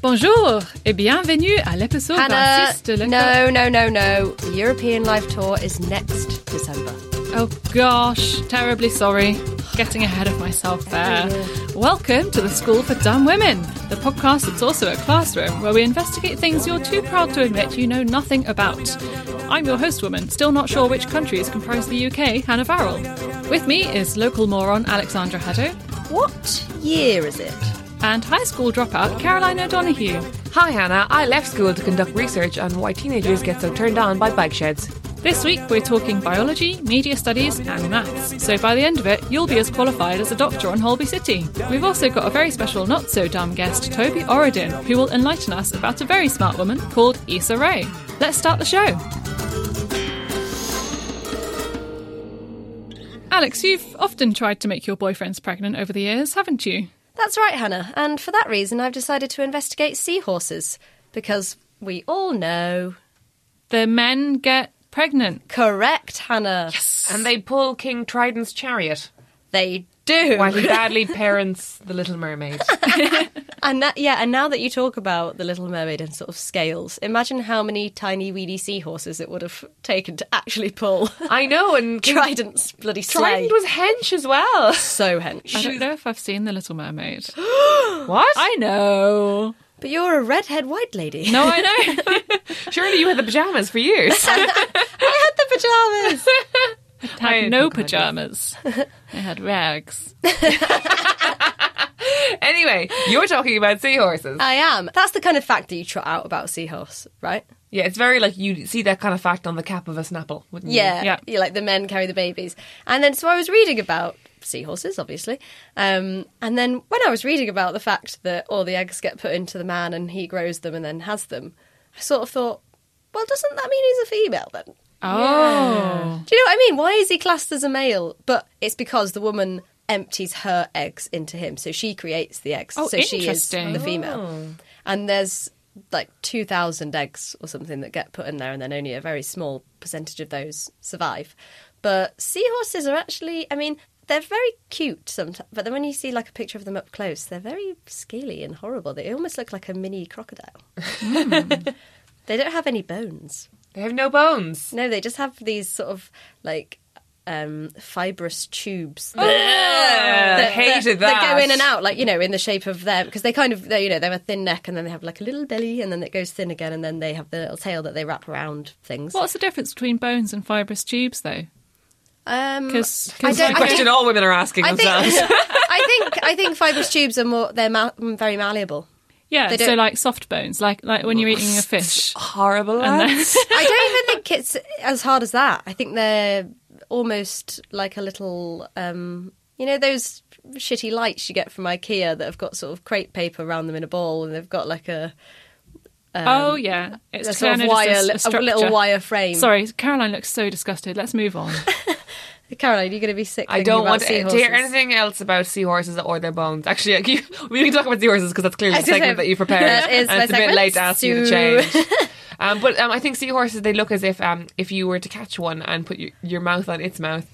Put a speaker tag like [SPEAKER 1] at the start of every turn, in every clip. [SPEAKER 1] Bonjour et bienvenue à l'épisode
[SPEAKER 2] Hannah,
[SPEAKER 1] 26 de Le
[SPEAKER 2] no, no, no, no. The European Live Tour is next December.
[SPEAKER 1] Oh gosh, terribly sorry. Getting ahead of myself there.
[SPEAKER 2] Oh.
[SPEAKER 1] Welcome to the School for Dumb Women, the podcast that's also a classroom where we investigate things you're too proud to admit you know nothing about. I'm your host woman, still not sure which countries comprise the UK, Hannah Farrell. With me is local moron Alexandra Haddo
[SPEAKER 2] What year is it?
[SPEAKER 1] and high school dropout Caroline O'Donoghue.
[SPEAKER 3] Hi Hannah, I left school to conduct research on why teenagers get so turned on by bike sheds.
[SPEAKER 1] This week we're talking biology, media studies, and maths, so by the end of it, you'll be as qualified as a doctor on Holby City. We've also got a very special not so dumb guest, Toby Oridin, who will enlighten us about a very smart woman called Issa Rae. Let's start the show. Alex, you've often tried to make your boyfriends pregnant over the years, haven't you?
[SPEAKER 2] That's right, Hannah. And for that reason, I've decided to investigate seahorses because we all know.
[SPEAKER 1] The men get pregnant.
[SPEAKER 2] Correct, Hannah.
[SPEAKER 3] And they pull King Trident's chariot
[SPEAKER 2] They do.
[SPEAKER 3] while he badly parents the Little Mermaid.
[SPEAKER 2] And that, yeah, and now that you talk about the Little Mermaid and sort of scales, imagine how many tiny weedy seahorses it would have taken to actually pull
[SPEAKER 3] I know, and King
[SPEAKER 2] Trident's bloody sleigh.
[SPEAKER 3] Trident was hench as well.
[SPEAKER 2] so hench.
[SPEAKER 1] I don't know if I've seen The Little Mermaid.
[SPEAKER 3] What?
[SPEAKER 1] I know.
[SPEAKER 2] But you're a redhead white lady.
[SPEAKER 1] No, I know.
[SPEAKER 3] Surely you had the pajamas for years.
[SPEAKER 2] I had the pajamas.
[SPEAKER 1] had no pajamas. they had rags.
[SPEAKER 3] anyway, you're talking about seahorses.
[SPEAKER 2] I am. That's the kind of fact that you trot out about seahorse, right?
[SPEAKER 3] Yeah, it's very like you see that kind of fact on the cap of a Snapple, wouldn't
[SPEAKER 2] Yeah.
[SPEAKER 3] you?
[SPEAKER 1] Yeah.
[SPEAKER 2] You're like the men carry the babies. And then, so I was reading about seahorses, obviously. Um, and then when I was reading about the fact that all the eggs get put into the man and he grows them and then has them, I sort of thought, well, doesn't that mean he's a female then?
[SPEAKER 1] Oh.
[SPEAKER 2] Do you know what I mean? Why is he classed as a male? But it's because the woman empties her eggs into him, so she creates the eggs.
[SPEAKER 1] Oh,
[SPEAKER 2] so she is
[SPEAKER 1] interesting. Oh.
[SPEAKER 2] the female. And there's like 2,000 eggs or something that get put in there, and then only a very small percentage of those survive. But seahorses are actually, I mean, they're very cute sometimes, but then when you see like a picture of them up close, they're very scaly and horrible. They almost look like a mini crocodile.
[SPEAKER 1] Hmm.
[SPEAKER 2] they don't have any bones.
[SPEAKER 3] They have no bones.
[SPEAKER 2] No, they just have these sort of like um, fibrous tubes that,
[SPEAKER 3] Uh, Yeah, Oh, hated that.
[SPEAKER 2] go in and out, like you know, in the shape of them because they kind of they, you know they have a thin neck and then they have like a little belly and then it goes thin again and then they have the little tail that they wrap around things.
[SPEAKER 1] What's the difference between bones and fibrous tubes, though?
[SPEAKER 2] Um,
[SPEAKER 1] Because
[SPEAKER 2] I don't- I
[SPEAKER 3] Question all women are asking
[SPEAKER 2] I think
[SPEAKER 3] themselves.
[SPEAKER 2] I think I think fibrous tubes are more they're ma- very malleable.
[SPEAKER 1] yeah,
[SPEAKER 2] they
[SPEAKER 1] so
[SPEAKER 2] don't-
[SPEAKER 1] like soft bones, like like when you're eating a fish.
[SPEAKER 3] Horrible. lads.
[SPEAKER 2] I don't even think it's as hard as that. I think they're almost like a little, um, you know, those shitty lights you get from IKEA that have got sort of crepe paper around them in a ball, and they've got like a,
[SPEAKER 1] oh yeah, it's
[SPEAKER 2] Um, a sort
[SPEAKER 1] kinda
[SPEAKER 2] of
[SPEAKER 1] just
[SPEAKER 2] wire,
[SPEAKER 1] a,
[SPEAKER 2] a,
[SPEAKER 1] s- a
[SPEAKER 2] little
[SPEAKER 1] structure.
[SPEAKER 2] wire frame.
[SPEAKER 1] Sorry, Caroline looks so disgusted. Let's move on.
[SPEAKER 2] Caroline, you're going to be sick.
[SPEAKER 3] I
[SPEAKER 2] thinking
[SPEAKER 3] don't
[SPEAKER 2] about
[SPEAKER 3] want to
[SPEAKER 2] seahorses.
[SPEAKER 3] hear anything else about seahorses or their bones. Actually, I keep- we can talk about seahorses because that's clearly
[SPEAKER 2] I
[SPEAKER 3] the
[SPEAKER 2] was gonna
[SPEAKER 3] segment
[SPEAKER 2] say,
[SPEAKER 3] that you prepared.
[SPEAKER 2] that is
[SPEAKER 3] and
[SPEAKER 2] my
[SPEAKER 3] it's a bit
[SPEAKER 2] segment,
[SPEAKER 3] late to ask you to
[SPEAKER 2] so-
[SPEAKER 3] change. Um, but um, I think seahorses they look as if um, if you were to catch one and put your, your mouth on its mouth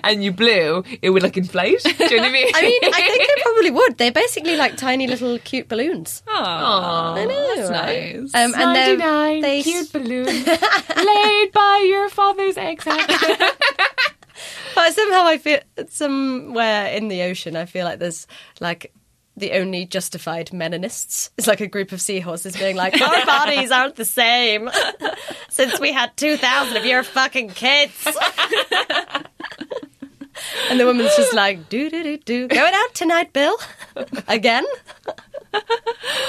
[SPEAKER 3] and you blew, it would like inflate. Do you know what I mean?
[SPEAKER 2] I mean, I think they probably would. They're basically like tiny little cute balloons.
[SPEAKER 1] Oh,
[SPEAKER 2] I know,
[SPEAKER 1] that's
[SPEAKER 2] right?
[SPEAKER 1] nice.
[SPEAKER 2] Um, and they're-
[SPEAKER 3] 99
[SPEAKER 2] they
[SPEAKER 3] cute balloon laid by your father's egg sack.
[SPEAKER 2] But somehow I feel somewhere in the ocean, I feel like there's like the only justified meninists. It's like a group of seahorses being like, our bodies aren't the same since we had 2,000 of your fucking kids. and the woman's just like, do, do, do, do. Going out tonight, Bill? Again?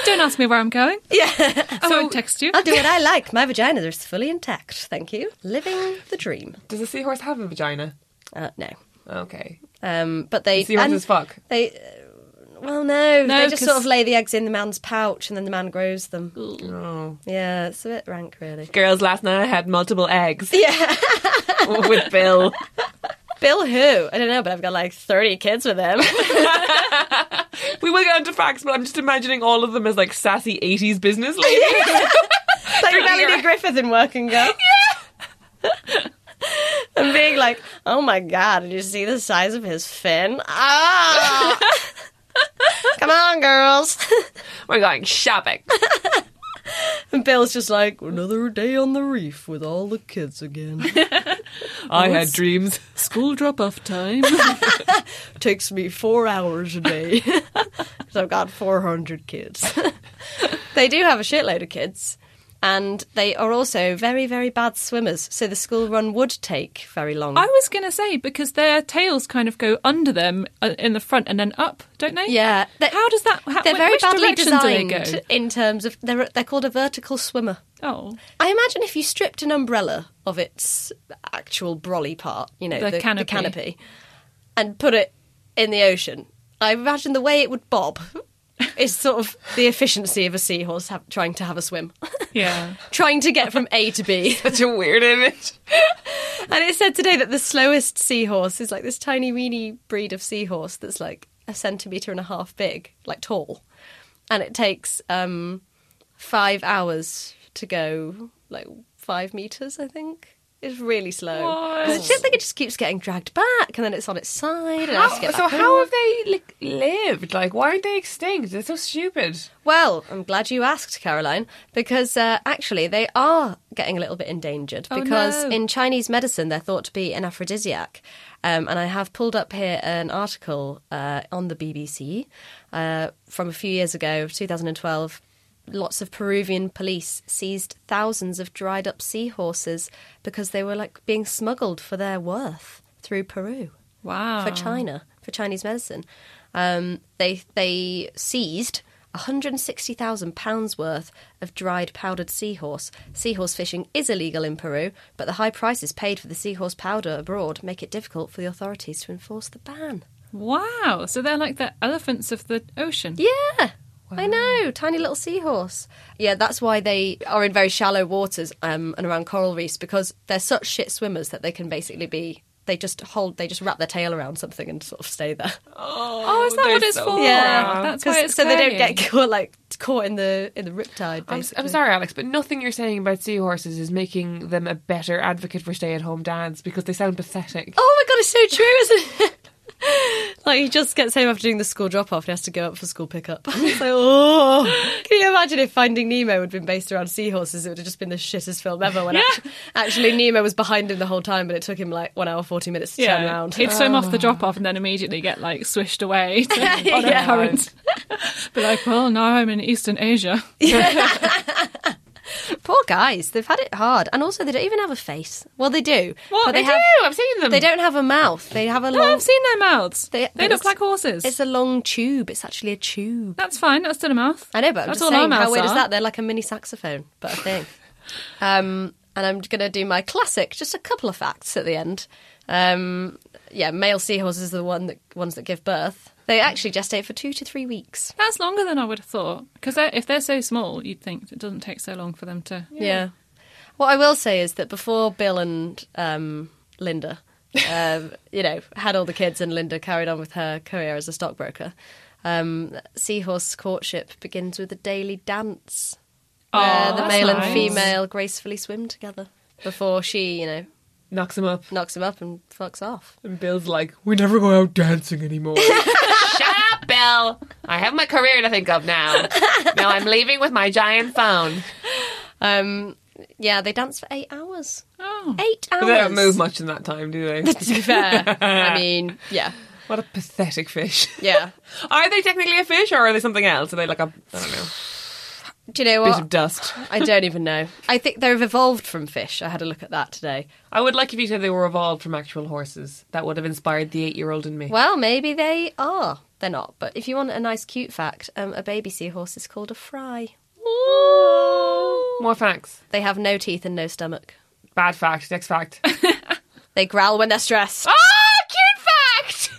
[SPEAKER 1] Don't ask me where I'm going.
[SPEAKER 2] Yeah.
[SPEAKER 1] I won't text you.
[SPEAKER 2] I'll do what I like. My vagina is fully intact. Thank you. Living the dream.
[SPEAKER 3] Does a seahorse have a vagina?
[SPEAKER 2] Uh, no.
[SPEAKER 3] Okay.
[SPEAKER 2] Um, but they.
[SPEAKER 3] Seahorses
[SPEAKER 2] and
[SPEAKER 3] fuck.
[SPEAKER 2] They. uh, Well, no,
[SPEAKER 1] No,
[SPEAKER 2] they just
[SPEAKER 1] 'cause-
[SPEAKER 2] sort of lay the eggs in the man's pouch, and then the man grows them.
[SPEAKER 3] Oh.
[SPEAKER 2] Yeah, it's a bit rank, really.
[SPEAKER 3] Girls last night had multiple eggs
[SPEAKER 2] Yeah,
[SPEAKER 3] with Bill.
[SPEAKER 2] Bill who? I don't know, but I've got like thirty kids with him.
[SPEAKER 3] We will get onto facts, but I'm just imagining all of them as like sassy 80s business ladies.
[SPEAKER 2] like Melanie Griffith in Working Girl. and being like, oh my god, did you see the size of his fin? Ah! Come on, girls.
[SPEAKER 3] We're going shopping.
[SPEAKER 2] And Bill's just like, another day on the reef with all the kids again.
[SPEAKER 3] I had dreams.
[SPEAKER 1] School drop off time.
[SPEAKER 2] Takes me four hours a day because I've got 400 kids. they do have a shitload of kids. And they are also very, very bad swimmers. So the school run would take very long.
[SPEAKER 1] I was going to say because their tails kind of go under them uh, in the front and then up, don't they?
[SPEAKER 2] Yeah. They-
[SPEAKER 1] How does that? How,
[SPEAKER 2] They're
[SPEAKER 1] wh-
[SPEAKER 2] very
[SPEAKER 1] which
[SPEAKER 2] badly
[SPEAKER 1] direction do they
[SPEAKER 2] designed
[SPEAKER 1] go?
[SPEAKER 2] in terms of they're they're called a vertical swimmer.
[SPEAKER 1] Oh,
[SPEAKER 2] I imagine if you stripped an umbrella of its actual brolly part, you know,
[SPEAKER 1] The
[SPEAKER 2] the,
[SPEAKER 1] canopy.
[SPEAKER 2] canopy, and put it in the ocean, I imagine the way it would bob is sort of the efficiency of a seahorse have, trying to have a swim,
[SPEAKER 1] yeah.
[SPEAKER 2] trying to get from A to B.
[SPEAKER 3] Such a weird image.
[SPEAKER 2] And it said today that the slowest seahorse is like this tiny, weeny breed of seahorse that's like a centimetre and a half big, like tall. And it takes um, five hours to go like five metres, I think. It's really slow. Because it's just like it just keeps getting dragged back and then it's on its side and it has to get
[SPEAKER 3] so
[SPEAKER 2] back
[SPEAKER 3] how
[SPEAKER 2] up.
[SPEAKER 3] have they like, lived? Like, why aren't they extinct? They're so stupid.
[SPEAKER 2] Well, I'm glad you asked, Caroline, because uh, actually they are getting a little bit endangered because
[SPEAKER 1] Oh, no.
[SPEAKER 2] in Chinese medicine they're thought to be an aphrodisiac. Um, and I have pulled up here an article uh, on the BBC uh, from a few years ago, 2012. Lots of Peruvian police seized thousands of dried up seahorses because they were like being smuggled for their worth through Peru
[SPEAKER 1] Wow.
[SPEAKER 2] for China for Chinese medicine. Um, they they seized 160,000 pounds worth of dried powdered seahorse. Seahorse fishing is illegal in Peru, but the high prices paid for the seahorse powder abroad make it difficult for the authorities to enforce the ban.
[SPEAKER 1] Wow. So they're like the elephants of the ocean.
[SPEAKER 2] Yeah. I know, tiny little seahorse. Yeah, that's why they are in very shallow waters um, and around coral reefs because they're such shit swimmers that they can basically be. They just hold, they just wrap their tail around something and sort of stay there.
[SPEAKER 1] Oh, is that
[SPEAKER 3] they're
[SPEAKER 1] what it's
[SPEAKER 3] so
[SPEAKER 1] for?
[SPEAKER 2] Yeah,
[SPEAKER 1] That's
[SPEAKER 2] 'Cause-
[SPEAKER 1] why it's
[SPEAKER 2] so they don't
[SPEAKER 1] curly.
[SPEAKER 2] get caught like caught in the in the riptide. Basically.
[SPEAKER 3] I'm, s- I'm sorry, Alex, but nothing you're saying about seahorses is making them a better advocate for stay-at-home dads because they sound pathetic.
[SPEAKER 2] Oh my god, it's so true, isn't it? like he just gets home after doing the school drop off and has to go up for school pickup. it's like, oh, can you imagine if Finding Nemo had been based around seahorses? It would have just been the shittest film ever. When act- actually Nemo was behind him the whole time, but it took him like one hour forty minutes to turn around. Ah.
[SPEAKER 1] He'd swim off the drop off and then immediately get like swished away to, on a
[SPEAKER 2] Yeah.
[SPEAKER 1] current. Be like, well, now I'm in Eastern Asia.
[SPEAKER 2] Poor guys, they've had it hard, and also they don't even have a face. Well, they do,
[SPEAKER 3] What?
[SPEAKER 2] but
[SPEAKER 3] they,
[SPEAKER 2] they, have.
[SPEAKER 3] do. I've seen them.
[SPEAKER 2] They don't have a mouth. They have a
[SPEAKER 1] No,
[SPEAKER 2] long.
[SPEAKER 1] I've seen their mouths.
[SPEAKER 2] They-
[SPEAKER 1] They,
[SPEAKER 2] but
[SPEAKER 1] look
[SPEAKER 2] it's-
[SPEAKER 1] like horses.
[SPEAKER 2] It's a long tube. It's actually a tube.
[SPEAKER 1] That's fine. That's still a mouth.
[SPEAKER 2] I know, but I'm
[SPEAKER 1] that's
[SPEAKER 2] just
[SPEAKER 1] all our
[SPEAKER 2] saying, how
[SPEAKER 1] mouths
[SPEAKER 2] weird is
[SPEAKER 1] are.
[SPEAKER 2] that? They're like a mini saxophone, but a thing. um, and I'm going to do my classic, just a couple of facts at the end. Um, yeah, male seahorses are the one that, ones that give birth. They actually gestate for two to three weeks.
[SPEAKER 1] That's longer than I would have thought. Because if they're so small, you'd think it doesn't take so long for them to.
[SPEAKER 2] Yeah. What I will say is that before Bill and um, Linda, um, you know, had all the kids and Linda carried on with her career as a stockbroker, um, seahorse courtship begins with a daily dance. where
[SPEAKER 1] Oh,
[SPEAKER 2] the
[SPEAKER 1] that's
[SPEAKER 2] male
[SPEAKER 1] nice.
[SPEAKER 2] and female gracefully swim together before she, you know,
[SPEAKER 3] knocks them up.
[SPEAKER 2] knocks him up and fucks off.
[SPEAKER 3] And Bill's like, we never go out dancing anymore. Shut up, Bill. I have my career to think of now. Now I'm leaving with my giant phone.
[SPEAKER 2] Um, yeah, they dance for eight hours.
[SPEAKER 1] Oh.
[SPEAKER 2] Eight hours.
[SPEAKER 3] But they don't move much in that time, do they?
[SPEAKER 2] To be fair, I mean, yeah,
[SPEAKER 3] what a pathetic fish.
[SPEAKER 2] yeah.
[SPEAKER 3] Are they technically a fish or are they something else? Are they like a, I don't know,
[SPEAKER 2] Do you know
[SPEAKER 3] bit of
[SPEAKER 2] what?
[SPEAKER 3] dust?
[SPEAKER 2] I don't even know. I think they've evolved from fish. I had a look at that today.
[SPEAKER 3] I would like if you said they were evolved from actual horses. That would have inspired the eight year old in me.
[SPEAKER 2] Well, maybe they are. They're not. But if you want a nice, cute fact, um, a baby seahorse is called a fry.
[SPEAKER 3] More facts.
[SPEAKER 2] They have no teeth and no stomach.
[SPEAKER 3] Bad fact. Next fact.
[SPEAKER 2] They growl when they're stressed.
[SPEAKER 3] Ah, cute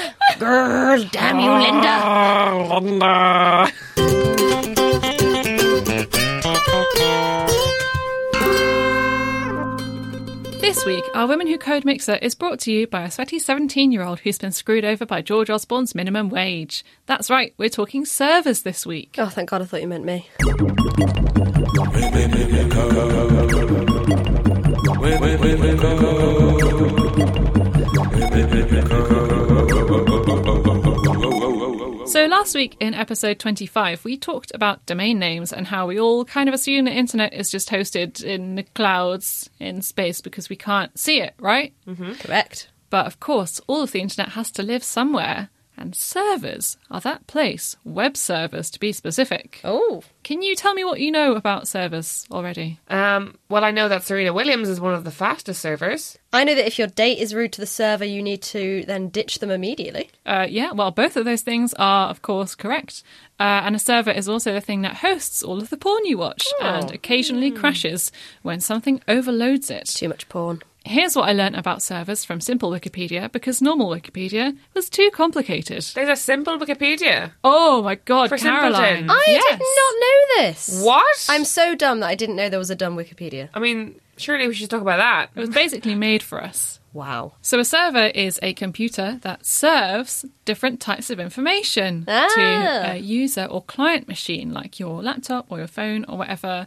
[SPEAKER 3] fact!
[SPEAKER 2] Girl, damn you, Linda.
[SPEAKER 3] Linda.
[SPEAKER 1] This week, our Women Who Code Mixer is brought to you by a sweaty 17 year old who's been screwed over by George Osborne's minimum wage. That's right, we're talking servers this week.
[SPEAKER 2] Oh, thank God, I thought you meant me.
[SPEAKER 1] So, last week in episode 25, we talked about domain names and how we all kind of assume the internet is just hosted in the clouds in space because we can't see it, right?
[SPEAKER 2] Correct.
[SPEAKER 1] But of course, all of the internet has to live somewhere, and servers are that place, web servers to be specific.
[SPEAKER 2] Oh,
[SPEAKER 1] Can you tell me what you know about servers already?
[SPEAKER 3] Um, well, I know that Serena Williams is one of the fastest servers.
[SPEAKER 2] I know that if your date is rude to the server, you need to then ditch them immediately.
[SPEAKER 1] Uh, yeah, well, both of those things are, of course, correct. Uh, and a server is also the thing that hosts all of the porn you watch and occasionally crashes when something overloads it.
[SPEAKER 2] Too much porn.
[SPEAKER 1] Here's what I learnt about servers from simple Wikipedia because normal Wikipedia was too complicated.
[SPEAKER 3] There's a simple Wikipedia.
[SPEAKER 1] Oh my god,
[SPEAKER 3] For
[SPEAKER 1] Caroline.
[SPEAKER 3] simpletons.
[SPEAKER 2] I
[SPEAKER 1] yes.
[SPEAKER 2] did not know this.
[SPEAKER 3] What?
[SPEAKER 2] I'm so dumb that I didn't know there was a dumb Wikipedia.
[SPEAKER 3] I mean, surely we should talk about that.
[SPEAKER 1] It was basically made for us.
[SPEAKER 2] Wow.
[SPEAKER 1] So a server is a computer that serves different types of information to
[SPEAKER 2] Ah.
[SPEAKER 1] a user or client machine, like your laptop or your phone or whatever.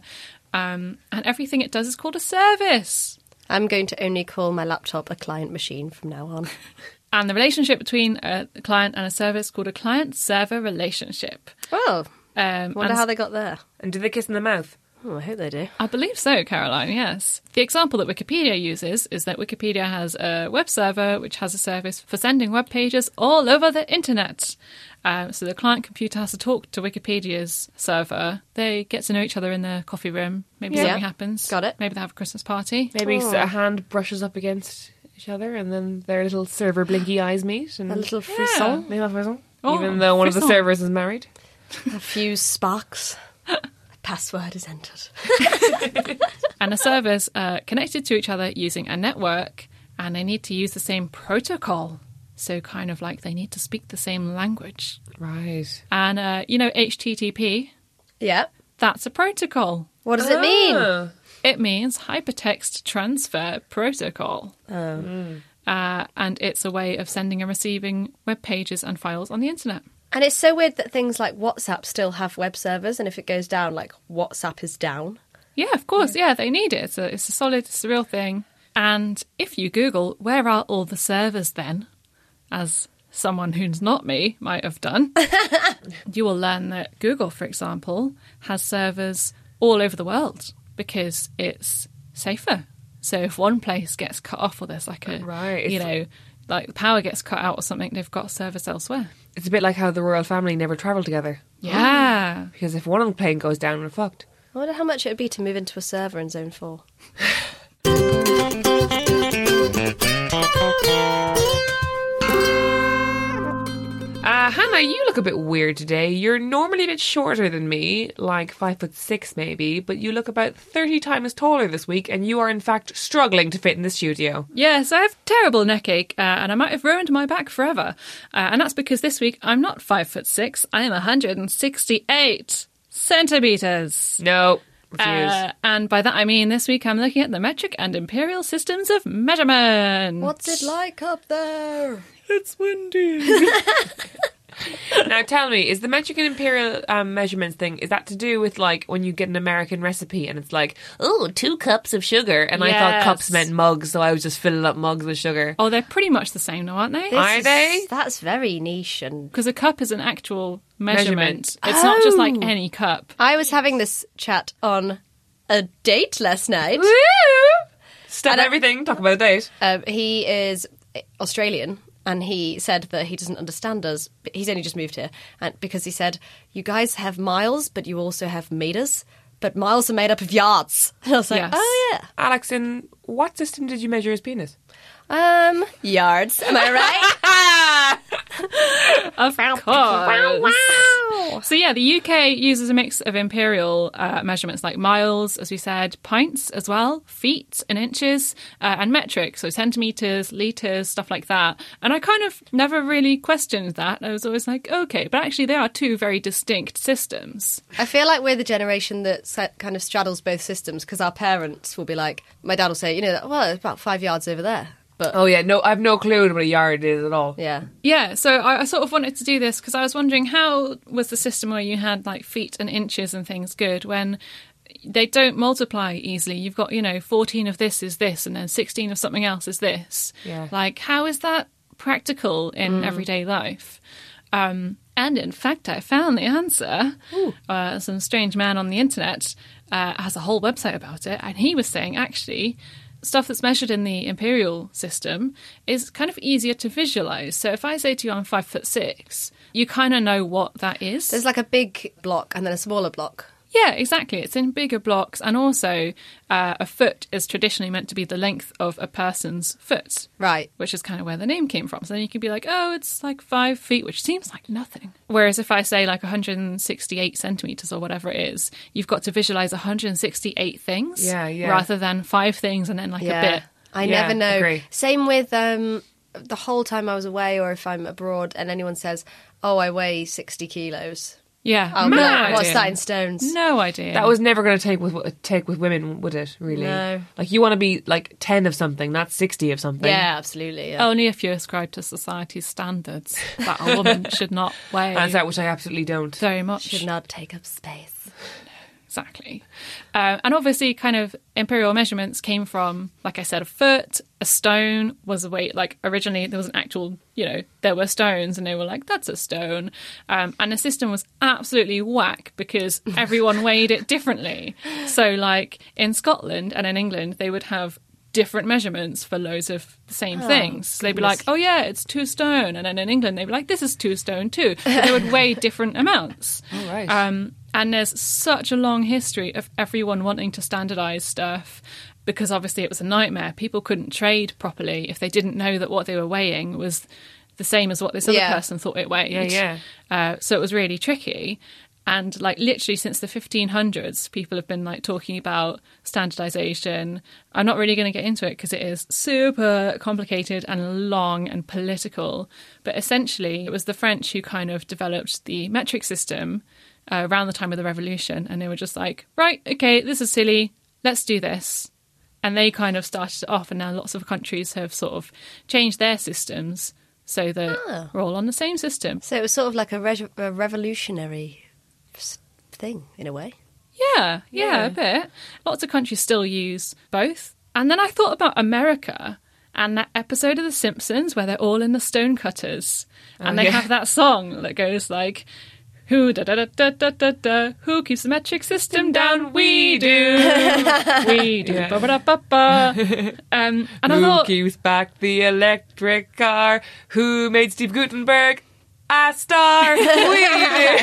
[SPEAKER 1] Um, and everything it does is called a service.
[SPEAKER 2] I'm going to only call my laptop a client machine from now on.
[SPEAKER 1] And the relationship between a client and a service is called a client-server relationship.
[SPEAKER 2] Oh,
[SPEAKER 1] Um,
[SPEAKER 2] wonder
[SPEAKER 1] and
[SPEAKER 2] how they got there.
[SPEAKER 3] And do they kiss in the mouth?
[SPEAKER 2] Oh, I hope they do.
[SPEAKER 1] I believe so, Caroline, yes. The example that Wikipedia uses is that Wikipedia has a web server which has a service for sending web pages all over the internet. Um, so the client computer has to talk to Wikipedia's server. They get to know each other in the coffee room. Maybe
[SPEAKER 2] Yeah.
[SPEAKER 1] something happens.
[SPEAKER 2] Got it.
[SPEAKER 1] Maybe they have a Christmas party.
[SPEAKER 3] Maybe a hand brushes up against each other, and then their little server blinky eyes meet. And
[SPEAKER 2] A little
[SPEAKER 1] Yeah.
[SPEAKER 2] frisson,
[SPEAKER 3] Maybe a frisson.
[SPEAKER 1] Oh,
[SPEAKER 3] Even though one of the
[SPEAKER 1] frisson.
[SPEAKER 3] servers is married.
[SPEAKER 2] a few sparks. A password is entered.
[SPEAKER 1] and the servers are connected to each other using a network and they need to use the same protocol. So kind of like they need to speak the same language.
[SPEAKER 3] Right.
[SPEAKER 1] And uh, you know HTTP,
[SPEAKER 2] Yep.
[SPEAKER 1] that's a protocol.
[SPEAKER 2] What does it mean?
[SPEAKER 3] Oh.
[SPEAKER 1] It means hypertext transfer protocol. Uh, and it's a way of sending and receiving web pages and files on the internet.
[SPEAKER 2] And it's so weird that things like WhatsApp still have web servers, and if it goes down, like WhatsApp is down.
[SPEAKER 1] Yeah, of course. Yeah, they need it. It's a, it's a solid, it's a real thing. And if you Google, where are all the servers then? As someone who's not me might have done, you will learn that Google, for example, has servers all over the world because it's safer. So if one place gets cut off or there's like a,
[SPEAKER 3] Right,
[SPEAKER 1] you know,
[SPEAKER 3] it's-
[SPEAKER 1] like the power gets cut out or something, they've got servers elsewhere.
[SPEAKER 3] It's a bit like how the royal family never travel together.
[SPEAKER 1] Yeah.
[SPEAKER 3] Because if one of the plane goes down, we're fucked.
[SPEAKER 2] I wonder how much it would be to move into a server in Zone 4.
[SPEAKER 3] Uh, Hannah, you look a bit weird today. You're normally a bit shorter than me, like five foot six maybe, but you look about 30 times taller this week, and you are in fact struggling to fit in the studio.
[SPEAKER 1] Yes, I have terrible neck ache, uh, and I might have ruined my back forever. Uh, and that's because this week I'm not five foot six; I am 168 centimeters.
[SPEAKER 3] No, refuse.
[SPEAKER 1] Uh, and by that I mean this week I'm looking at the metric and imperial systems of measurement.
[SPEAKER 2] What's it like up there?
[SPEAKER 3] it's windy. now tell me, is the metric and imperial um, measurements thing, is that to do with like when you get an American recipe and it's like, oh, two cups of sugar? And I thought
[SPEAKER 1] Yes.
[SPEAKER 3] cups meant mugs, so I was just filling up mugs with sugar.
[SPEAKER 1] Oh, they're pretty much the same, though, aren't they?
[SPEAKER 3] Are they?
[SPEAKER 2] That's very niche and
[SPEAKER 1] Because a cup is an actual measurement.
[SPEAKER 3] Measurement.
[SPEAKER 1] It's not just like any cup.
[SPEAKER 2] I was having this chat on a date last night.
[SPEAKER 3] Stop everything, talk about a date.
[SPEAKER 2] Um, he is Australian, and he said that he doesn't understand us. but He's only just moved here, and because he said, "You guys have miles, but you also have meters, but miles are made up of yards." And I was like,
[SPEAKER 1] Yes.
[SPEAKER 2] "Oh yeah,
[SPEAKER 3] Alex, in what system did you measure his penis?
[SPEAKER 2] um, yards. Am I right?"
[SPEAKER 1] Of course.
[SPEAKER 2] Wow.
[SPEAKER 1] So yeah, the UK uses a mix of imperial uh, measurements like miles, as we said, pints as well, feet and inches, uh, and metric, so centimeters, liters, stuff like that. And I kind of never really questioned that. I was always like, okay, but actually they are two very distinct systems.
[SPEAKER 2] I feel like we're the generation that sa- kind of straddles both systems because our parents will be like, my dad will say, you know, well, it's about five yards over there. But
[SPEAKER 3] Oh yeah, no, I have no clue what a yard is at all.
[SPEAKER 2] yeah.
[SPEAKER 1] Yeah, so I, I sort of wanted to do this because I was wondering how was the system where you had like feet and inches and things good when they don't multiply easily. You've got, you know, 14 of this is this and then 16 of something else is this.
[SPEAKER 3] Yeah.
[SPEAKER 1] Like, how is that practical in everyday life? Um, and in fact, I found the answer. Uh, some strange man on the internet uh, has a whole website about it, and he was saying actually, stuff that's measured in the imperial system is kind of easier to visualize. So if I say to you, I'm five foot six, you kind of know what that is.
[SPEAKER 2] There's like a big block and then a smaller block.
[SPEAKER 1] Yeah, exactly. It's in bigger blocks, and also uh, a foot is traditionally meant to be the length of a person's foot,
[SPEAKER 2] Right.
[SPEAKER 1] which is kind of where the name came from. So then you could be like, oh, it's like five feet, which seems like nothing. Whereas if I say like 168 centimeters or whatever it is, you've got to visualize 168 things,
[SPEAKER 3] Yeah, yeah.
[SPEAKER 1] rather than five things and then like a bit.
[SPEAKER 2] I
[SPEAKER 3] Yeah,
[SPEAKER 2] never know.
[SPEAKER 3] agree.
[SPEAKER 2] Same with um, the whole time I was away or if I'm abroad and anyone says, oh, I weigh 60 kilos.
[SPEAKER 1] Yeah,
[SPEAKER 2] I'll be
[SPEAKER 1] no
[SPEAKER 2] like, Oh, what's
[SPEAKER 1] idea.
[SPEAKER 2] that in stones?
[SPEAKER 1] No idea.
[SPEAKER 3] That was never going to take with take with women, would it? Really?
[SPEAKER 2] No.
[SPEAKER 3] Like you want to be like ten of something, not sixty of something.
[SPEAKER 2] Yeah, absolutely. yeah.
[SPEAKER 1] only if you ascribe to society's standards that a woman should not weigh
[SPEAKER 3] And that which I absolutely don't.
[SPEAKER 1] very much.
[SPEAKER 2] Should not take up space.
[SPEAKER 1] Exactly. Um, and obviously, kind of imperial measurements came from, like I said, a foot, a stone was a weight. Like originally, there was an actual, you know, there were stones, and they were like, that's a stone. Um, and the system was absolutely whack because everyone weighed it differently. So, like in Scotland and in England, they would have different measurements for loads of the same things. So they'd be like, oh yeah, it's two stone. And then in England, they'd be like, this is two stone too. So they would weigh different amounts.
[SPEAKER 3] Oh, right.
[SPEAKER 1] Um, and there's such a long history of everyone wanting to standardize stuff because obviously it was a nightmare. People couldn't trade properly if they didn't know that what they were weighing was the same as what this other
[SPEAKER 2] Yeah.
[SPEAKER 1] person thought it weighed.
[SPEAKER 3] Yeah,
[SPEAKER 1] Uh, so it was really tricky. And like literally since the 1500s, people have been like talking about standardization. I'm not really going to get into it because it is super complicated and long and political. But essentially, it was the French who kind of developed the metric system uh, around the time of the revolution. And they were just like, right, okay, this is silly. Let's do this and they kind of started it off and now lots of countries have sort of changed their systems so that
[SPEAKER 3] Ah.
[SPEAKER 1] we're all on the same system
[SPEAKER 2] So it was sort of like a, re- a revolutionary s- thing in a way.
[SPEAKER 1] yeah, yeah a bit lots of countries still use both and then i thought about america and that episode of the simpsons where they're all in the stonecutters and they
[SPEAKER 3] yeah.
[SPEAKER 1] have that song that goes like who da da da da da da da who keeps the metric system down we do we do
[SPEAKER 3] Yeah.
[SPEAKER 1] ba ba da ba ba um and i
[SPEAKER 3] Who
[SPEAKER 1] thought
[SPEAKER 3] gives back the electric car? Who made Steve Gutenberg a star? We did.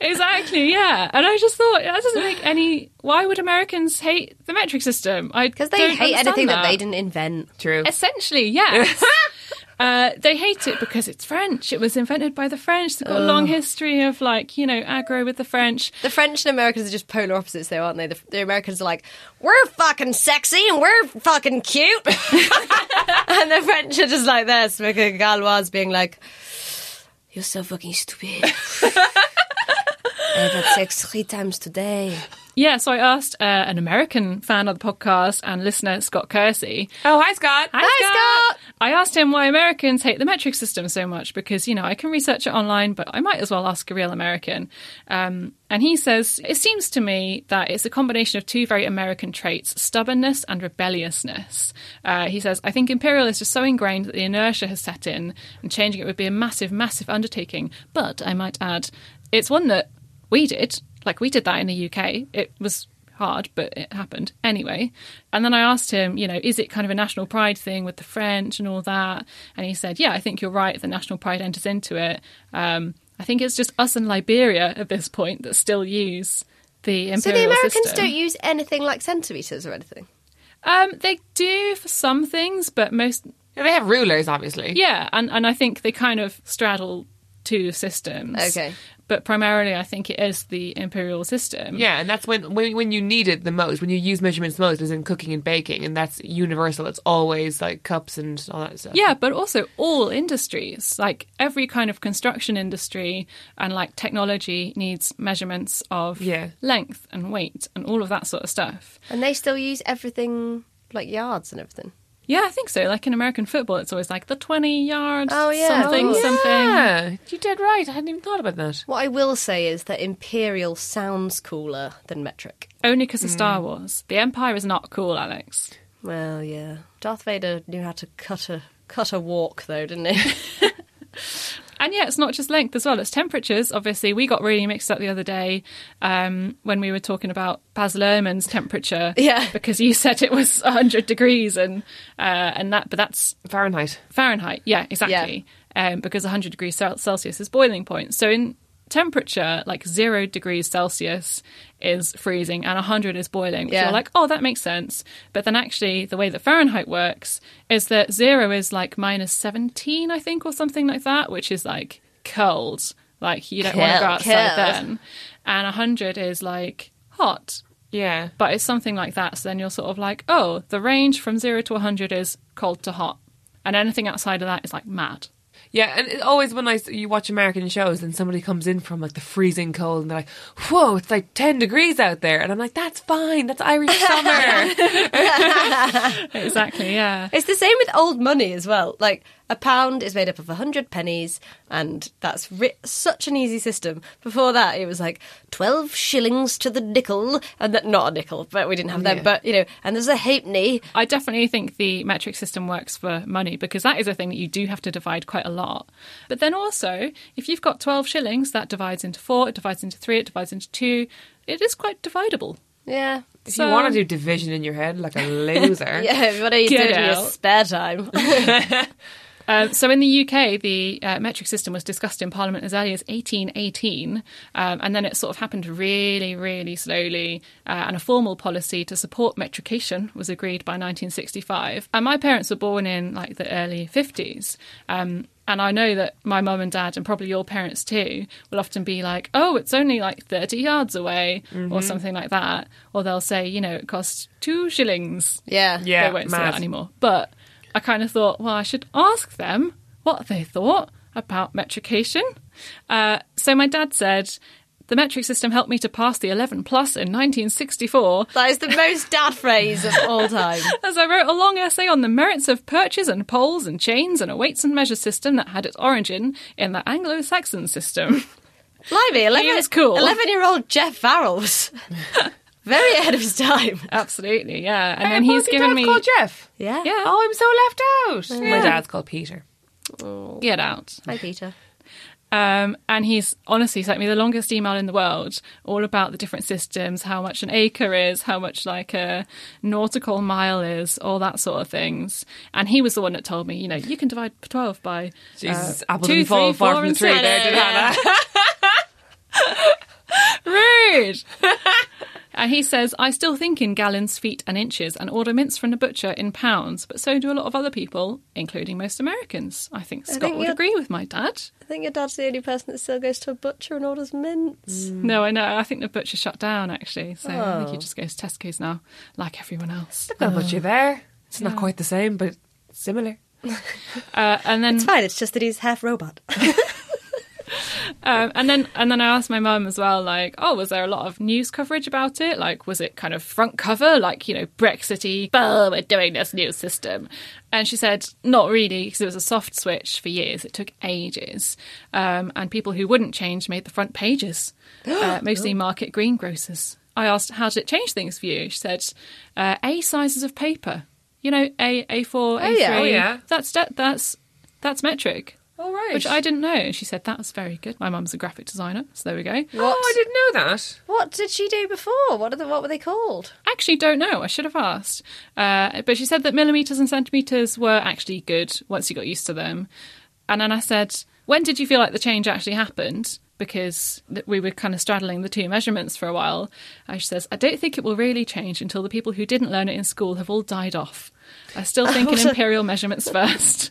[SPEAKER 1] Exactly, yeah. And I just thought that doesn't make any. Why would Americans hate the metric system? I
[SPEAKER 2] Because they
[SPEAKER 1] don't
[SPEAKER 2] hate
[SPEAKER 1] understand
[SPEAKER 2] anything
[SPEAKER 1] that.
[SPEAKER 2] that. they didn't invent.
[SPEAKER 3] True.
[SPEAKER 1] Essentially, yes. Uh, they hate it because it's French. It was invented by the French. They've got a long history of, like, you know, aggro with the French.
[SPEAKER 2] The French and Americans are just polar opposites, though, aren't they? The, the Americans are like, we're fucking sexy and we're fucking cute. and the French are just like this, making Galois being like, you're so fucking stupid. I've had sex three times today.
[SPEAKER 1] Yeah, so I asked uh, an American fan of the podcast and listener, Scott Kersey,
[SPEAKER 3] Oh, hi Scott.
[SPEAKER 1] Hi, Scott. I asked him why Americans hate the metric system so much because, you know, I can research it online, but I might as well ask a real American. Um, and he says, It seems to me that it's a combination of two very American traits stubbornness and rebelliousness. Uh, he says, I think imperial is just so ingrained that the inertia has set in, and changing it would be a massive, massive undertaking. But I might add, it's one that we did. Like, we did that in the UK. It was hard, but it happened anyway. And then I asked him, you know, is it kind of a national pride thing with the French and all that? And he said, yeah, I think you're right. The national pride enters into it. Um, I think it's just us and Liberia at this point that still use the imperial
[SPEAKER 2] So the Americans
[SPEAKER 1] system.
[SPEAKER 2] don't use anything like centimetres or anything.
[SPEAKER 1] Um, they do for some things, but most
[SPEAKER 3] Yeah, They have rulers, obviously.
[SPEAKER 1] yeah, and and I think they kind of straddle two systems.
[SPEAKER 2] Okay.
[SPEAKER 1] But primarily, I think it is the imperial system.
[SPEAKER 3] Yeah, and that's when, when when you need it the most, when you use measurements most, is in cooking and baking, and that's universal. It's always like cups and all that stuff.
[SPEAKER 1] Yeah, but also all industries, like every kind of construction industry and like technology needs measurements of
[SPEAKER 3] Yeah.
[SPEAKER 1] length and weight and all of that sort of stuff.
[SPEAKER 2] And they still use everything like yards and everything.
[SPEAKER 1] Yeah, I think so. Like in American football, it's always like the 20 yard
[SPEAKER 2] Oh, yeah.
[SPEAKER 1] something,
[SPEAKER 2] Oh,
[SPEAKER 1] something.
[SPEAKER 3] Yeah, you did right. I hadn't even thought about that.
[SPEAKER 2] What I will say is that imperial sounds cooler than metric.
[SPEAKER 1] Only because of Star Wars. The Empire is not cool, Alex.
[SPEAKER 2] Well, yeah. Darth Vader knew how to cut a cut a walk though, didn't he?
[SPEAKER 1] And yeah, it's not just length as well, it's temperatures. Obviously, we got really mixed up the other day um, when we were talking about Baz Luhrmann's temperature.
[SPEAKER 2] Yeah.
[SPEAKER 1] Because you said it was 100 degrees and, uh, and that, but that's
[SPEAKER 3] Fahrenheit.
[SPEAKER 1] Fahrenheit. Yeah, exactly. Um, because 100 degrees Cel- Celsius is boiling point. So in temperature, like zero degrees Celsius is freezing and 100 is boiling. Which
[SPEAKER 2] Yeah.
[SPEAKER 1] You're like, oh, that makes sense. But then actually, the way that Fahrenheit works is that zero is like minus 17, I think, or something like that, which is like cold. Like you don't want to
[SPEAKER 2] Cold,
[SPEAKER 1] go outside
[SPEAKER 2] cold.
[SPEAKER 1] then. And 100 is like hot
[SPEAKER 3] Yeah.
[SPEAKER 1] but it's something like that. So then you're sort of like, oh, the range from zero to 100 is cold to hot. And anything outside of that is like mad.
[SPEAKER 3] Yeah, and it's always when I s- you watch American shows and somebody comes in from like the freezing cold and they're like, "Whoa, it's like ten degrees out there," and I'm like, "That's fine, that's Irish summer."
[SPEAKER 1] Exactly, yeah.
[SPEAKER 2] it's the same with old money as well. Like a pound is made up of 100 pennies and that's ri- such an easy system. Before that it was like 12 shillings to the nickel and that not a nickel, but we didn't have them, but you know, and there's a halfpenny
[SPEAKER 1] I definitely think the metric system works for money because that is a thing that you do have to divide quite a lot. But then also, if you've got 12 shillings, that divides into four, it divides into three, it divides into two. It is quite dividable.
[SPEAKER 2] Yeah.
[SPEAKER 3] if
[SPEAKER 1] So-
[SPEAKER 3] you want to do division in your head like a loser,
[SPEAKER 2] Yeah, what are you
[SPEAKER 1] Get
[SPEAKER 2] doing in your
[SPEAKER 1] out.
[SPEAKER 2] spare time?
[SPEAKER 1] Um, so in the UK, the uh, metric system was discussed in Parliament as early as 1818, um, and then it sort of happened really, really slowly. Uh, and a formal policy to support metrication was agreed by 1965. And my parents were born in like the early 50s. Um, and I know that my mum and dad, and probably your parents too, will often be like, oh, it's only like 30 yards away, or something like that. Or they'll say, you know, it costs two shillings
[SPEAKER 2] yeah.
[SPEAKER 3] Yeah.
[SPEAKER 1] they won't say that
[SPEAKER 3] mad.
[SPEAKER 1] anymore. But I kind of thought, well, I should ask them what they thought about metrication. Uh, so my dad said, the metric system helped me to pass the 11 plus in 1964
[SPEAKER 2] That is the most dad phrase of all time.
[SPEAKER 1] as I wrote a long essay on the merits of perches and poles and chains and a weights and measure system that had its origin in the Anglo-Saxon system.
[SPEAKER 2] Blimey, 11,
[SPEAKER 1] is cool.
[SPEAKER 2] 11 year old Jeff Farrell was very ahead of his time.
[SPEAKER 1] Absolutely, yeah. And
[SPEAKER 3] Hey,
[SPEAKER 1] then
[SPEAKER 3] both
[SPEAKER 1] he's
[SPEAKER 3] your
[SPEAKER 1] given
[SPEAKER 3] dad's
[SPEAKER 1] me
[SPEAKER 3] called Jeff.
[SPEAKER 2] Yeah.
[SPEAKER 1] Yeah.
[SPEAKER 3] Oh, I'm so left out. My
[SPEAKER 1] Yeah.
[SPEAKER 3] dad's called Peter.
[SPEAKER 1] get out.
[SPEAKER 2] Hi, Peter.
[SPEAKER 1] Um, and he's honestly sent me the longest email in the world, all about the different systems, how much an acre is, how much like a nautical mile is, all that sort of things. And he was the one that told me, you know, you can divide twelve by
[SPEAKER 3] Jesus,
[SPEAKER 1] uh,
[SPEAKER 3] apple
[SPEAKER 1] two,
[SPEAKER 3] didn't fall
[SPEAKER 1] three,
[SPEAKER 3] far
[SPEAKER 1] four,
[SPEAKER 3] from the
[SPEAKER 1] and
[SPEAKER 3] tree
[SPEAKER 1] six.
[SPEAKER 3] there, did it, Hannah?
[SPEAKER 1] Rude. and he says, I still think in gallons, feet, and inches, and order mince from the butcher in pounds, but so do a lot of other people, including most Americans. I think Scott
[SPEAKER 2] think
[SPEAKER 1] would
[SPEAKER 2] you're-
[SPEAKER 1] agree with my dad.
[SPEAKER 2] I think your dad's the only person that still goes to a butcher and orders mints.
[SPEAKER 1] No, I know. I think the butcher shut down actually, so I think he just goes to Tesco's now, like everyone else.
[SPEAKER 3] I've got a butcher there. It's not quite the same, but similar.
[SPEAKER 1] Uh, and then,
[SPEAKER 2] It's fine, it's just that he's half robot.
[SPEAKER 1] um, and then, and then I asked my mum as well, like, oh, was there a lot of news coverage about it? Like, was it kind of front cover, like you know, Brexity? Oh, we're doing this new system, and she said, not really, because it was a soft switch for years. It took ages, um, and people who wouldn't change made the front pages, uh, mostly market greengrocers. I asked, how did it change things for you? She said, uh, A sizes of paper. You know, A, A4, A3.
[SPEAKER 2] yeah.
[SPEAKER 3] Oh, yeah.
[SPEAKER 1] That's, that, that's, that's metric.
[SPEAKER 3] All right.
[SPEAKER 1] Which I didn't know. She said that was very good. My mum's a graphic designer, so there we go.
[SPEAKER 3] Oh, I didn't know that.
[SPEAKER 2] What did she do before? What, are the, what were they called?
[SPEAKER 1] Actually, don't know. I should have asked. Uh, but she said that millimeters and centimeters were actually good once you got used to them. And then I said, when did you feel like the change actually happened? Because th- we were kind of straddling the two measurements for a while. And she says, I don't think it will really change until the people who didn't learn it in school have all died off. I still think in imperial measurements first.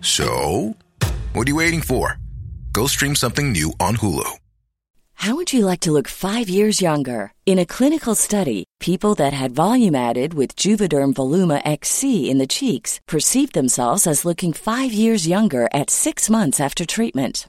[SPEAKER 4] So, what are you waiting for? Go stream something new on Hulu.
[SPEAKER 5] How would you like to look five years younger? In a clinical study, people that had volume added with Juvederm Voluma XC in the cheeks perceived themselves as looking five years younger at six months after treatment.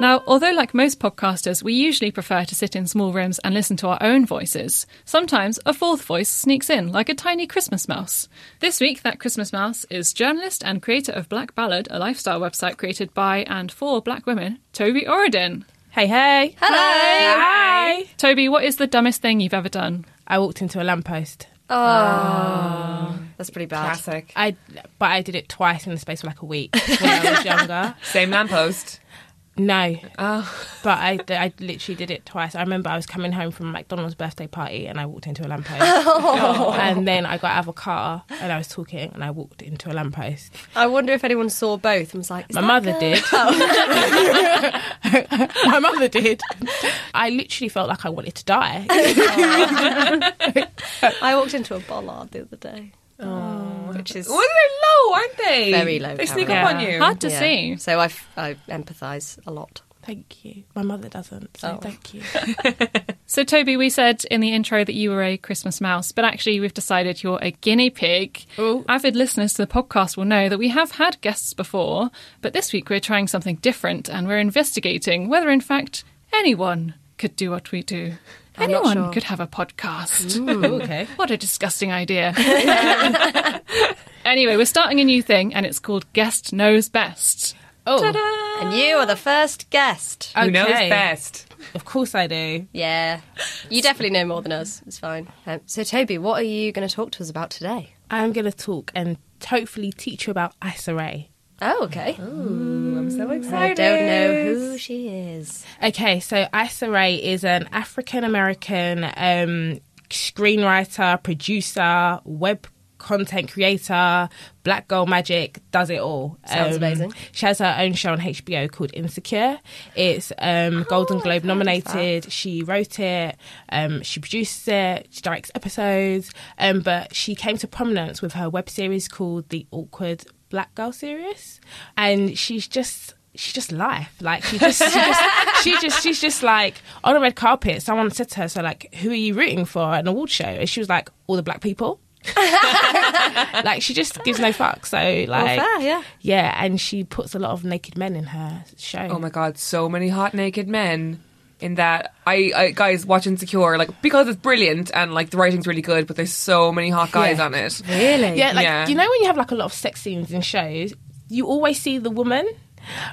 [SPEAKER 1] Now, although like most podcasters, we usually prefer to sit in small rooms and listen to our own voices, sometimes a fourth voice sneaks in, like a tiny Christmas mouse. This week, that Christmas mouse is journalist and creator of Black Ballad, a lifestyle website created by and for black women, Toby Oridin.
[SPEAKER 6] Hey, hey.
[SPEAKER 2] Hello.
[SPEAKER 6] Hi.
[SPEAKER 1] Toby, what is the dumbest thing you've ever done?
[SPEAKER 6] I walked into a lamppost.
[SPEAKER 2] That's pretty bad.
[SPEAKER 3] Classic.
[SPEAKER 6] I, but I did it twice in the space of like a week when I was younger.
[SPEAKER 3] Same lamppost.
[SPEAKER 6] No.
[SPEAKER 2] Oh.
[SPEAKER 6] But I, I literally did it twice. I remember I was coming home from McDonald's birthday party and I walked into a lamppost.
[SPEAKER 2] Oh.
[SPEAKER 6] And then I got out of a car and I was talking and I walked into a lamppost.
[SPEAKER 2] I wonder if anyone saw both and was like, is
[SPEAKER 6] My
[SPEAKER 2] that
[SPEAKER 6] mother
[SPEAKER 2] good? Oh.
[SPEAKER 6] did. My mother did. I literally felt like I wanted to die.
[SPEAKER 2] I walked into a bollard the other day. Oh. Which is
[SPEAKER 3] Well, they're low, aren't they?
[SPEAKER 2] Very low,
[SPEAKER 3] They sneak
[SPEAKER 2] Karen.
[SPEAKER 3] up on you.
[SPEAKER 1] Hard to
[SPEAKER 2] Yeah.
[SPEAKER 1] see.
[SPEAKER 2] So I, f- I empathise a lot.
[SPEAKER 6] Thank you. My mother doesn't, so
[SPEAKER 2] Oh.
[SPEAKER 6] thank you.
[SPEAKER 1] So, Toby, we said in the intro that you were a Christmas mouse, but actually, we've decided you're a guinea pig. Avid listeners to the podcast will know that we have had guests before, but this week we're trying something different and we're investigating whether, in fact, anyone could do what we do.
[SPEAKER 2] not
[SPEAKER 1] Anyone
[SPEAKER 2] sure.
[SPEAKER 1] could have a podcast.
[SPEAKER 6] okay.
[SPEAKER 1] What a disgusting idea. anyway, we're starting a new thing and it's called Guest Knows Best.
[SPEAKER 6] Oh,
[SPEAKER 2] And you are the first guest.
[SPEAKER 3] Who knows
[SPEAKER 6] Okay.
[SPEAKER 3] best?
[SPEAKER 6] of course I do.
[SPEAKER 2] Yeah. You definitely know more than us. It's fine. Um, so, Toby, what are you going to talk to us about today?
[SPEAKER 6] I'm going to talk and hopefully teach you about Issa Rae.
[SPEAKER 2] Oh, okay. Mm,
[SPEAKER 3] I'm so
[SPEAKER 2] I
[SPEAKER 3] excited.
[SPEAKER 2] don't know who she is.
[SPEAKER 6] Okay, so Issa Rae is an African American um, screenwriter, producer, web content creator. Black Girl Magic does it all. Um,
[SPEAKER 2] Sounds amazing.
[SPEAKER 6] She has her own show on HBO called Insecure. It's um, Golden Globe nominated. She wrote it. Um, she produces it. She directs episodes. Um, but she came to prominence with her web series called The Awkward Black Girl Series, and she's just. She's just life, like she just, she just, she just, she's just like on a red carpet. Someone said to her, "So, like, who are you rooting for at an award show?" And she was like, "All the black people." like she just gives no fuck. So like,
[SPEAKER 2] fair, yeah.
[SPEAKER 6] yeah, and she puts a lot of naked men in her show.
[SPEAKER 3] Oh my god, so many hot naked men in that. I, I guys watch Insecure like because it's brilliant and like the writing's really good, but there's so many hot guys on it.
[SPEAKER 2] Really?
[SPEAKER 6] yeah, like
[SPEAKER 3] Yeah.
[SPEAKER 6] you know when you have like a lot of sex scenes in shows, you always see the woman.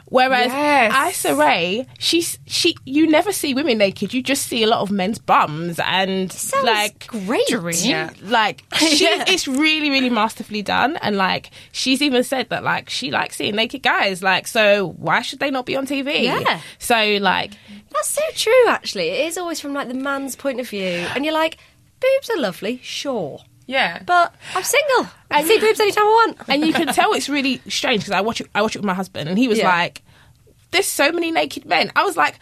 [SPEAKER 6] Whereas
[SPEAKER 3] Yes.
[SPEAKER 6] Issa Rae, she she you never see women naked. You just see a lot of men's bums and
[SPEAKER 2] Sounds
[SPEAKER 6] like
[SPEAKER 2] great.
[SPEAKER 3] Yeah.
[SPEAKER 6] like she it's really really masterfully done and like she's even said that like she likes seeing naked guys like so why should they not be on tv
[SPEAKER 2] Yeah.
[SPEAKER 6] so like
[SPEAKER 2] That's so true, actually. It is always from like the man's point of view, and you're like, boobs are lovely, sure,
[SPEAKER 3] Yeah.
[SPEAKER 2] but I'm single. I can see boobs anytime I want.
[SPEAKER 6] and you can tell it's really strange because i watch it i watch it with my husband and he was
[SPEAKER 2] Yeah.
[SPEAKER 6] like there's so many naked men i was like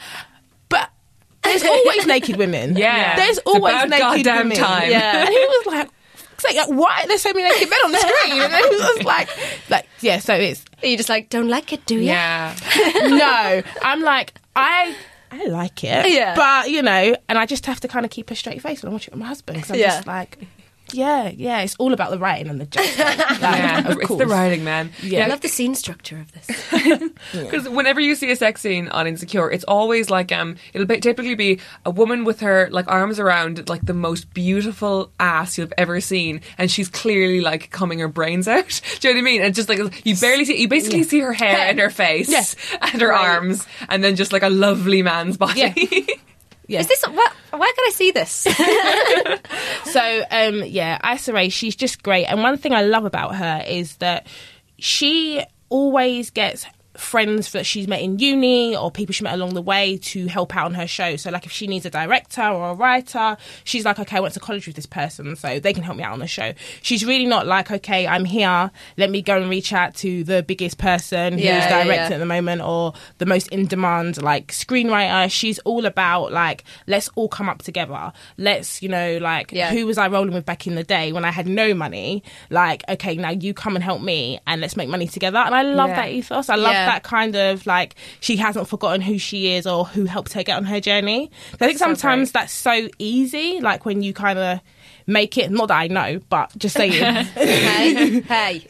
[SPEAKER 6] but there's always naked women
[SPEAKER 3] Yeah.
[SPEAKER 6] there's
[SPEAKER 3] It's
[SPEAKER 6] always
[SPEAKER 3] about
[SPEAKER 6] naked
[SPEAKER 3] goddamn
[SPEAKER 6] women
[SPEAKER 3] time.
[SPEAKER 2] Yeah.
[SPEAKER 6] and he was like "Fuck's sake, like, why are there so many naked men on the screen? And it was like, like, yeah. So it's
[SPEAKER 2] You're just like, don't like it, do you?
[SPEAKER 3] yeah.
[SPEAKER 6] no, I'm like I. I like it,
[SPEAKER 2] Yeah.
[SPEAKER 6] But you know, and I just have to kind of keep a straight face when I watch it with my husband because I'm
[SPEAKER 2] Yeah.
[SPEAKER 6] just like, yeah, yeah. It's all about the writing and the jokes. Like,
[SPEAKER 3] Yeah,
[SPEAKER 6] of
[SPEAKER 3] it's
[SPEAKER 6] course.
[SPEAKER 3] the writing, man.
[SPEAKER 2] I
[SPEAKER 3] Yeah,
[SPEAKER 2] love the scene structure of this.
[SPEAKER 3] Because whenever you see a sex scene on Insecure, it's always like um, it'll be, typically be a woman with her like arms around like the most beautiful ass you've ever seen, and she's clearly like coming her brains out. Do you know what I mean? And just like you barely see, you basically see her hair and her face and her arms, and then just like a lovely man's body.
[SPEAKER 6] Yeah.
[SPEAKER 2] Is this what? Where can I see this?
[SPEAKER 6] So um, yeah, Issa Rae, she's just great. And one thing I love about her is that she always gets friends that she's met in uni or people she met along the way to help out on her show. So like if she needs a director or a writer, she's like, okay, I went to college with this person, so they can help me out on the show. She's really not like, okay, I'm here, let me go and reach out to the biggest person
[SPEAKER 2] Yeah,
[SPEAKER 6] who's
[SPEAKER 2] yeah,
[SPEAKER 6] director
[SPEAKER 2] yeah.
[SPEAKER 6] at the moment or the most in demand like screenwriter. She's all about like let's all come up together. Let's you know like
[SPEAKER 2] Yeah.
[SPEAKER 6] who was I rolling with back in the day when I had no money? Like okay, now you come and help me and let's make money together. And I love
[SPEAKER 3] Yeah.
[SPEAKER 6] that ethos. I love
[SPEAKER 2] Yeah.
[SPEAKER 6] that kind of like she hasn't forgotten who she is or who helped her get on her journey. I think sometimes that's so easy. Like when you kind of make it. Not that I know, but just saying.
[SPEAKER 2] hey, hey.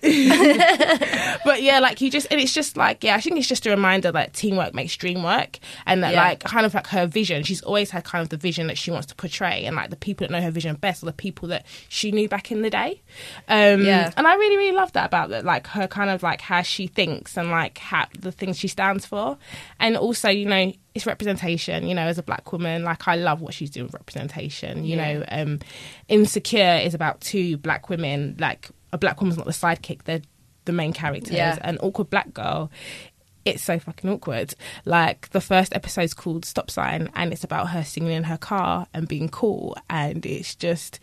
[SPEAKER 6] But yeah, like you just, and it's just like, yeah, I think it's just a reminder that teamwork makes dream work, and that
[SPEAKER 2] Yeah.
[SPEAKER 6] like kind of like her vision. She's always had kind of the vision that she wants to portray, and like the people that know her vision best are the people that she knew back in the day. Um,
[SPEAKER 2] Yeah.
[SPEAKER 6] and I really, really love that about that, like her kind of like how she thinks and like how the things she stands for, and also you know. It's representation, you know, as a black woman. Like, I love what she's doing with representation. You know, um, Insecure is about two black women. Like, a black woman's not the sidekick, they're the main characters
[SPEAKER 2] Yeah.
[SPEAKER 6] an awkward black girl it's so fucking awkward like the first episode's called stop sign and it's about her singing in her car and being cool and it's just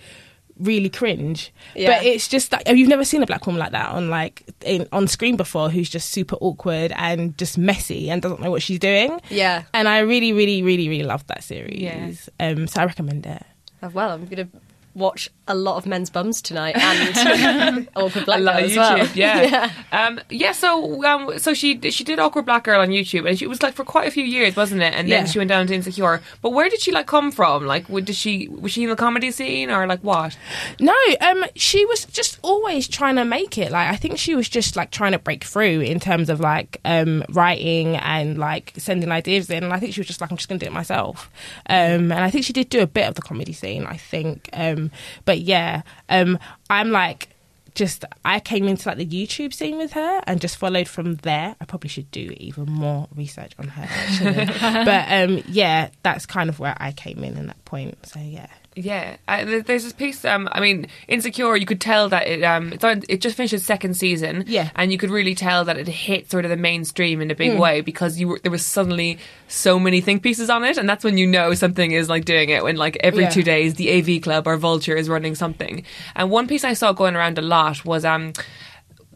[SPEAKER 6] really cringe
[SPEAKER 2] Yeah.
[SPEAKER 6] but it's just like you've never seen a black woman like that on like in, on screen before who's just super awkward and just messy and doesn't know what she's doing
[SPEAKER 2] Yeah.
[SPEAKER 6] and i really really really really loved that series
[SPEAKER 3] Yeah.
[SPEAKER 6] um so i recommend it
[SPEAKER 2] Oh, Well, I'm gonna watch a lot of men's bums tonight and awkward black
[SPEAKER 3] I love
[SPEAKER 2] girl as
[SPEAKER 3] YouTube.
[SPEAKER 2] well.
[SPEAKER 3] Yeah. Um, yeah. So, um, so she she did awkward black girl on YouTube, and she it was like for quite a few years, wasn't it? And then
[SPEAKER 6] Yeah.
[SPEAKER 3] she went down to insecure. But where did she like come from? Like, w- did she was she in the comedy scene or like what?
[SPEAKER 6] No, um, she was just always trying to make it. Like I think she was just like trying to break through in terms of like um writing and like sending ideas in. And I think she was just like, I'm just gonna do it myself. Um, and I think she did do a bit of the comedy scene. I think. Um, but yeah, um, I'm like. Just I came into like the YouTube scene with her and just followed from there. I probably should do even more research on her, actually. but um, yeah, that's kind of where I came in at that point. So yeah,
[SPEAKER 3] Yeah, uh, there- there's this piece. Um, I mean, Insecure. You could tell that it um, it's on, it just finished its second season.
[SPEAKER 6] Yeah. Hmm.
[SPEAKER 3] and you could really tell that it hit sort of the mainstream in a big way because you were there was suddenly so many think pieces on it, and that's when you know something is like doing it. When like every
[SPEAKER 6] Yeah.
[SPEAKER 3] two days, the AV Club or Vulture is running something. And one piece I saw going around a lot was um,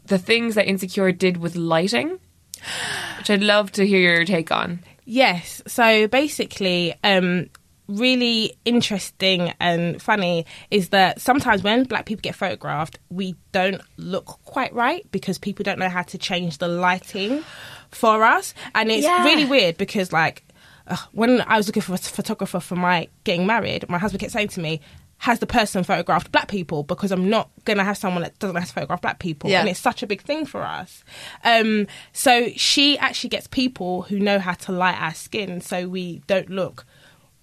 [SPEAKER 3] the things that Insecure did with lighting, which I'd love to hear your take on.
[SPEAKER 6] Yes. So basically, um, really interesting and funny is that sometimes when black people get photographed, we don't look quite right because people don't know how to change the lighting for us. And it's
[SPEAKER 2] Yeah.
[SPEAKER 6] really weird because, like, ugh, when I was looking for a photographer for my getting married, my husband kept saying to me, has the person photographed black people? Because I'm not going to have someone that doesn't know how to photograph black people.
[SPEAKER 2] Yeah.
[SPEAKER 6] And it's such a big thing for us. Um, so she actually gets people who know how to light our skin so we don't look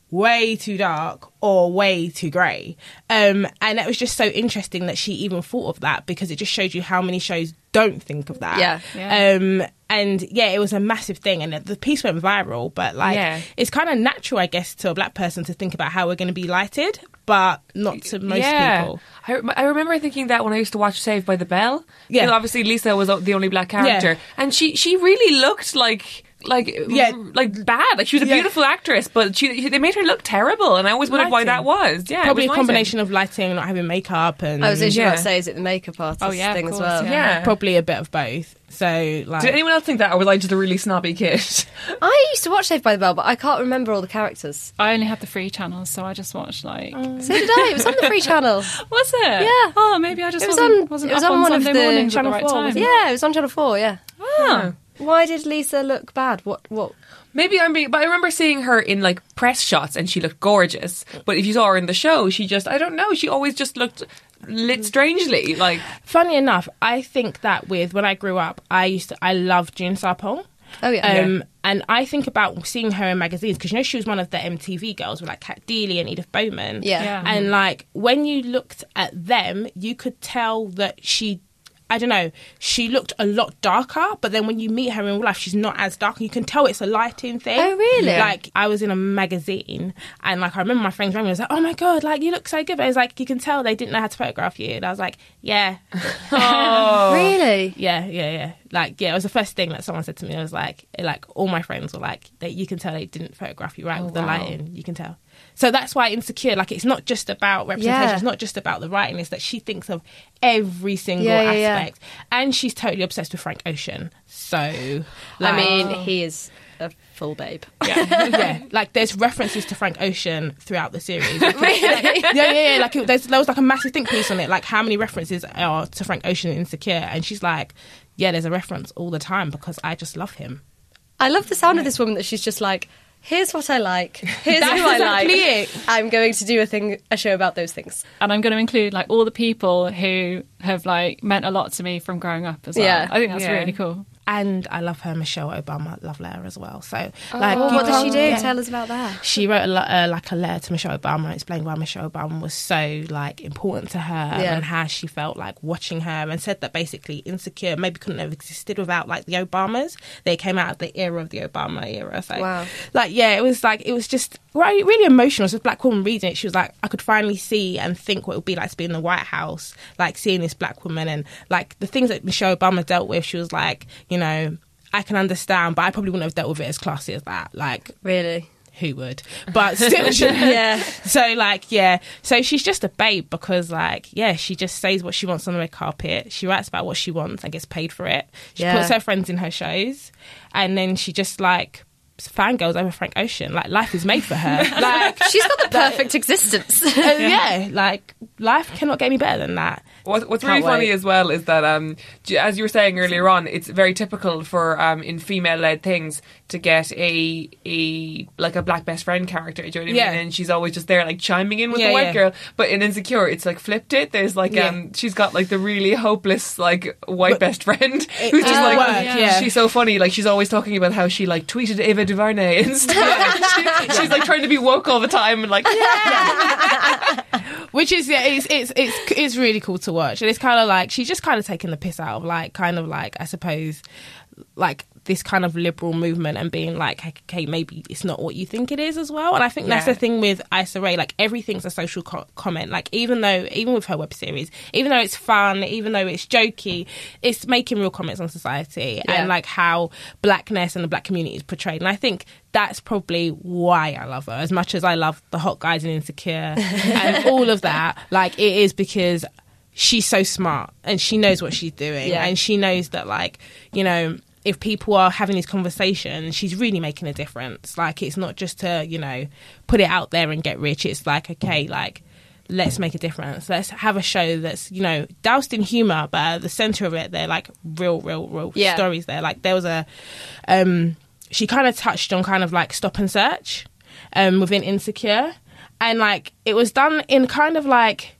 [SPEAKER 6] way too dark or way too grey. Um, and it was just so interesting that she even thought of that because it just showed you how many shows don't think of that.
[SPEAKER 2] Yeah.
[SPEAKER 6] Um, And yeah, it was a massive thing, and the piece went viral. But like,
[SPEAKER 3] Yeah.
[SPEAKER 6] it's kind of natural, I guess, to a black person to think about how we're going to be lighted, but not to most people.
[SPEAKER 3] I, rem- I remember thinking that when I used to watch Saved by the Bell.
[SPEAKER 6] Yeah.
[SPEAKER 3] You know, obviously Lisa was o- the only black character, and she she really looked like. Like
[SPEAKER 6] Yeah.
[SPEAKER 3] like bad. Like she was a
[SPEAKER 6] Yeah.
[SPEAKER 3] beautiful actress, but she they made her look terrible, and I always wondered why
[SPEAKER 6] Lighting.
[SPEAKER 3] that was. Yeah, it
[SPEAKER 6] Probably
[SPEAKER 3] was
[SPEAKER 6] a
[SPEAKER 3] lighting.
[SPEAKER 6] combination of lighting, not having makeup, and
[SPEAKER 2] I was literally about
[SPEAKER 3] Yeah.
[SPEAKER 2] to say, is it the makeup artist
[SPEAKER 1] Oh, yeah, of
[SPEAKER 2] thing
[SPEAKER 1] course,
[SPEAKER 2] as well?
[SPEAKER 1] yeah.
[SPEAKER 3] Yeah.
[SPEAKER 6] probably a bit of both. So like,
[SPEAKER 3] Did anyone else think that, or was I just a really snobby kid?
[SPEAKER 2] I used to watch Saved by the Bell, but I can't remember all the characters.
[SPEAKER 1] I only had the free channels, so I just watched like.
[SPEAKER 2] So did I. It was on the free channel.
[SPEAKER 1] Was it?
[SPEAKER 2] Yeah.
[SPEAKER 1] Oh, maybe I just
[SPEAKER 2] It was
[SPEAKER 1] wasn't,
[SPEAKER 2] on-
[SPEAKER 1] wasn't
[SPEAKER 2] it was
[SPEAKER 1] up
[SPEAKER 2] on
[SPEAKER 1] on,
[SPEAKER 2] one of
[SPEAKER 1] Sunday
[SPEAKER 2] the
[SPEAKER 1] mornings
[SPEAKER 2] Channel
[SPEAKER 1] at the right
[SPEAKER 6] 4,
[SPEAKER 1] time.
[SPEAKER 6] wasn't
[SPEAKER 2] Yeah, it was on Channel 4, yeah.
[SPEAKER 3] Ah.
[SPEAKER 2] Why did Lisa look bad? What? What?
[SPEAKER 3] Maybe I'm being, but I remember seeing her in like press shots and she looked gorgeous. But if you saw her in the show, she just, I don't know, she always just looked lit strangely. Like,
[SPEAKER 6] funny enough, I think that with when I grew up, I used to I loved June Sarpong.
[SPEAKER 2] Oh, yeah.
[SPEAKER 6] Um, and I think about seeing her in magazines because you know she was one of the MTV girls with like Kat Deely and Edith Bowman.
[SPEAKER 2] Yeah.
[SPEAKER 1] Yeah.
[SPEAKER 6] And like when you looked at them, you could tell that she. I don't know. She looked a lot darker, but then when you meet her in real life, she's not as dark. You can tell it's a lighting thing.
[SPEAKER 2] Oh, really?
[SPEAKER 6] Like I was in a magazine, and like I remember my friends rang me. I was like, "Oh my god, like you look so good!" But it was like you can tell they didn't know how to photograph you. And I was like, "Yeah,
[SPEAKER 2] Really?
[SPEAKER 6] yeah, yeah, yeah. Like, yeah, it was the first thing that someone said to me. I was like, like all my friends were like, that you can tell they didn't photograph you right
[SPEAKER 2] Oh,
[SPEAKER 6] with the lighting. You can tell. So that's why insecure. Like, it's not just about representation.
[SPEAKER 2] Yeah.
[SPEAKER 6] It's not just about the writing. It's that she thinks of every single
[SPEAKER 2] Yeah, yeah, yeah.
[SPEAKER 6] aspect, and she's totally obsessed with Frank Ocean. So,
[SPEAKER 2] I
[SPEAKER 6] like,
[SPEAKER 2] mean, he is a full babe.
[SPEAKER 6] yeah, like there's references to Frank Ocean throughout the series.
[SPEAKER 2] really?
[SPEAKER 6] yeah, yeah, yeah. Like it, there's, there was like a massive think piece on it. Like how many references are to Frank Ocean in Insecure? And she's like, yeah, there's a reference all the time because I just love him.
[SPEAKER 2] I love the sound of this woman that she's just like, here's what I like, here's
[SPEAKER 6] That's
[SPEAKER 2] who I
[SPEAKER 6] exactly
[SPEAKER 2] like.
[SPEAKER 6] it.
[SPEAKER 2] I'm going to do a thing, a show about those things.
[SPEAKER 1] And I'm going to include like all the people who have like meant a lot to me from growing up as well.
[SPEAKER 2] Yeah.
[SPEAKER 1] I think that's
[SPEAKER 3] Yeah.
[SPEAKER 1] really cool.
[SPEAKER 6] And I love her Michelle Obama love letter as well. So like,
[SPEAKER 2] Like, Oh, what does
[SPEAKER 6] you
[SPEAKER 2] she
[SPEAKER 6] can't-
[SPEAKER 2] do?
[SPEAKER 6] yeah.
[SPEAKER 2] Tell us about that.
[SPEAKER 6] She wrote a lot, uh, like a letter to Michelle Obama, explaining why Michelle Obama was so like important to her
[SPEAKER 2] Yeah.
[SPEAKER 6] and how she felt like watching her, and said that basically insecure maybe couldn't have existed without like the Obamas. They came out of the era of the Obama era. So,
[SPEAKER 2] Wow.
[SPEAKER 6] like yeah, it was like it was just right, really emotional. As a black woman reading it, she was like, I could finally see and think what it would be like to be in the White House, like seeing this black woman and like the things that Michelle Obama dealt with. She was like, you know. I can understand, but I probably wouldn't have dealt with it as classy as that. Like,
[SPEAKER 2] Really?
[SPEAKER 6] who would? But still, she-
[SPEAKER 2] Yeah.
[SPEAKER 6] So like, yeah. So she's just a babe because like, yeah, she just says what she wants on the red carpet. She writes about what she wants and gets paid for it. She
[SPEAKER 2] Yeah.
[SPEAKER 6] puts her friends in her shows, and then she just like fangirls over Frank Ocean. Like life is made for her. like.
[SPEAKER 2] She's got the perfect existence.
[SPEAKER 6] uh, yeah, like life cannot get any better than that.
[SPEAKER 3] What, what's really
[SPEAKER 2] Can't
[SPEAKER 3] funny
[SPEAKER 2] wait.
[SPEAKER 3] as well is that, um, j- as you were saying earlier on, it's very typical for um, in female-led things to get a a like a black best friend character. Do you know what I
[SPEAKER 6] Yeah.
[SPEAKER 3] mean? And she's always just there, like chiming in with
[SPEAKER 6] Yeah,
[SPEAKER 3] the white
[SPEAKER 6] yeah.
[SPEAKER 3] girl. But in Insecure, it's like flipped. It there's like
[SPEAKER 6] Yeah.
[SPEAKER 3] um, she's got like the really hopeless like white best friend who's just
[SPEAKER 6] doesn't
[SPEAKER 3] like
[SPEAKER 6] work, yeah.
[SPEAKER 3] she's so funny. Like she's always talking about how she like tweeted Ava DuVernay and stuff. She- she's like trying to be woke all the time and like
[SPEAKER 6] which is yeah, it's it's it's it's really cool to watch, and it's kind of like she's just kind of taking the piss out of like kind of like I suppose like this kind of liberal movement and being like okay maybe it's not what you think it is as well and i think that's
[SPEAKER 3] Yeah.
[SPEAKER 6] the thing with Issa Rae like everything's a social co- comment like even though even with her web series even though it's fun even though it's jokey it's making real comments on society and like how blackness and the black community is portrayed and i think that's probably why I love her as much as I love the hot guys and insecure and all of that. Like it is because she's so smart and she knows what she's doing
[SPEAKER 2] Yeah.
[SPEAKER 6] and she knows that like you know if people are having these conversations, she's really making a difference. Like it's not just to you know put it out there and get rich. It's like okay, like let's make a difference. Let's have a show that's you know doused in humor, but at the center of it, they're like real, real, real
[SPEAKER 2] Yeah.
[SPEAKER 6] stories. There, like there was a um, she kind of touched on kind of like stop and search um, within Insecure. And like it was done in kind of like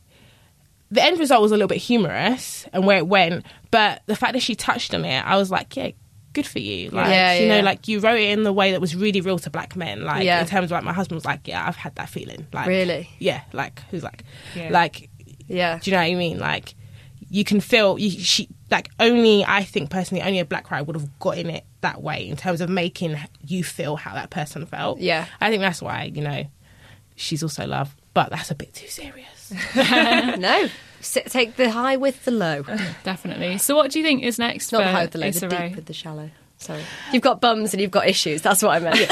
[SPEAKER 6] the end result was a little bit humorous and where it went, but the fact that she touched on it, I was like, yeah, good for you. Like,
[SPEAKER 2] Yeah,
[SPEAKER 6] you know,
[SPEAKER 2] yeah.
[SPEAKER 6] like you wrote it in the way that was really real to black men. Like,
[SPEAKER 2] Yeah.
[SPEAKER 6] in terms of like my husband was like, yeah, I've had that feeling. Like,
[SPEAKER 2] Really?
[SPEAKER 6] Yeah. Like, who's like,
[SPEAKER 3] Yeah.
[SPEAKER 6] like,
[SPEAKER 2] yeah.
[SPEAKER 6] do you know what I mean? Like, you can feel you, she like only I think personally only a black writer would have gotten it that way in terms of making you feel how that person felt.
[SPEAKER 2] Yeah.
[SPEAKER 6] I think that's why you know she's also love, but that's a bit too serious.
[SPEAKER 2] no. S- take the high with the low.
[SPEAKER 1] Definitely. So, what do you think is next?
[SPEAKER 2] Not
[SPEAKER 1] for
[SPEAKER 2] the high with the low, the
[SPEAKER 1] Issa
[SPEAKER 2] deep
[SPEAKER 1] Rae?
[SPEAKER 2] with the shallow. Sorry. You've got bums and you've got issues. That's what I meant.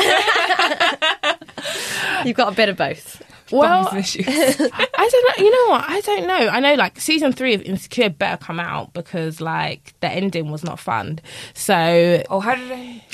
[SPEAKER 2] you've got a bit of both.
[SPEAKER 6] Well,
[SPEAKER 3] Bums and issues.
[SPEAKER 6] I don't know. You know what? I don't know. I know like season three of Insecure better come out because like the ending was not fun. So
[SPEAKER 3] oh, how did I?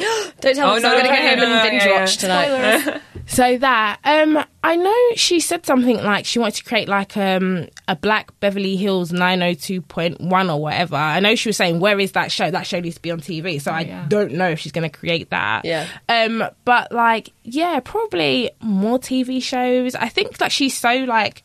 [SPEAKER 2] Don't tell me
[SPEAKER 3] Oh,
[SPEAKER 2] because I'm
[SPEAKER 3] no,
[SPEAKER 2] going to
[SPEAKER 3] no,
[SPEAKER 2] go home
[SPEAKER 3] no, no,
[SPEAKER 2] and binge
[SPEAKER 3] yeah, yeah.
[SPEAKER 2] watch tonight.
[SPEAKER 6] so that um I know she said something like she wanted to create like um a black Beverly Hills 902.1 or whatever. I know she was saying where is that show? That show needs to be on TV. So I don't know if she's going to create that.
[SPEAKER 2] Oh, Yeah.
[SPEAKER 6] Um but like yeah, probably more TV shows. I think that she's so like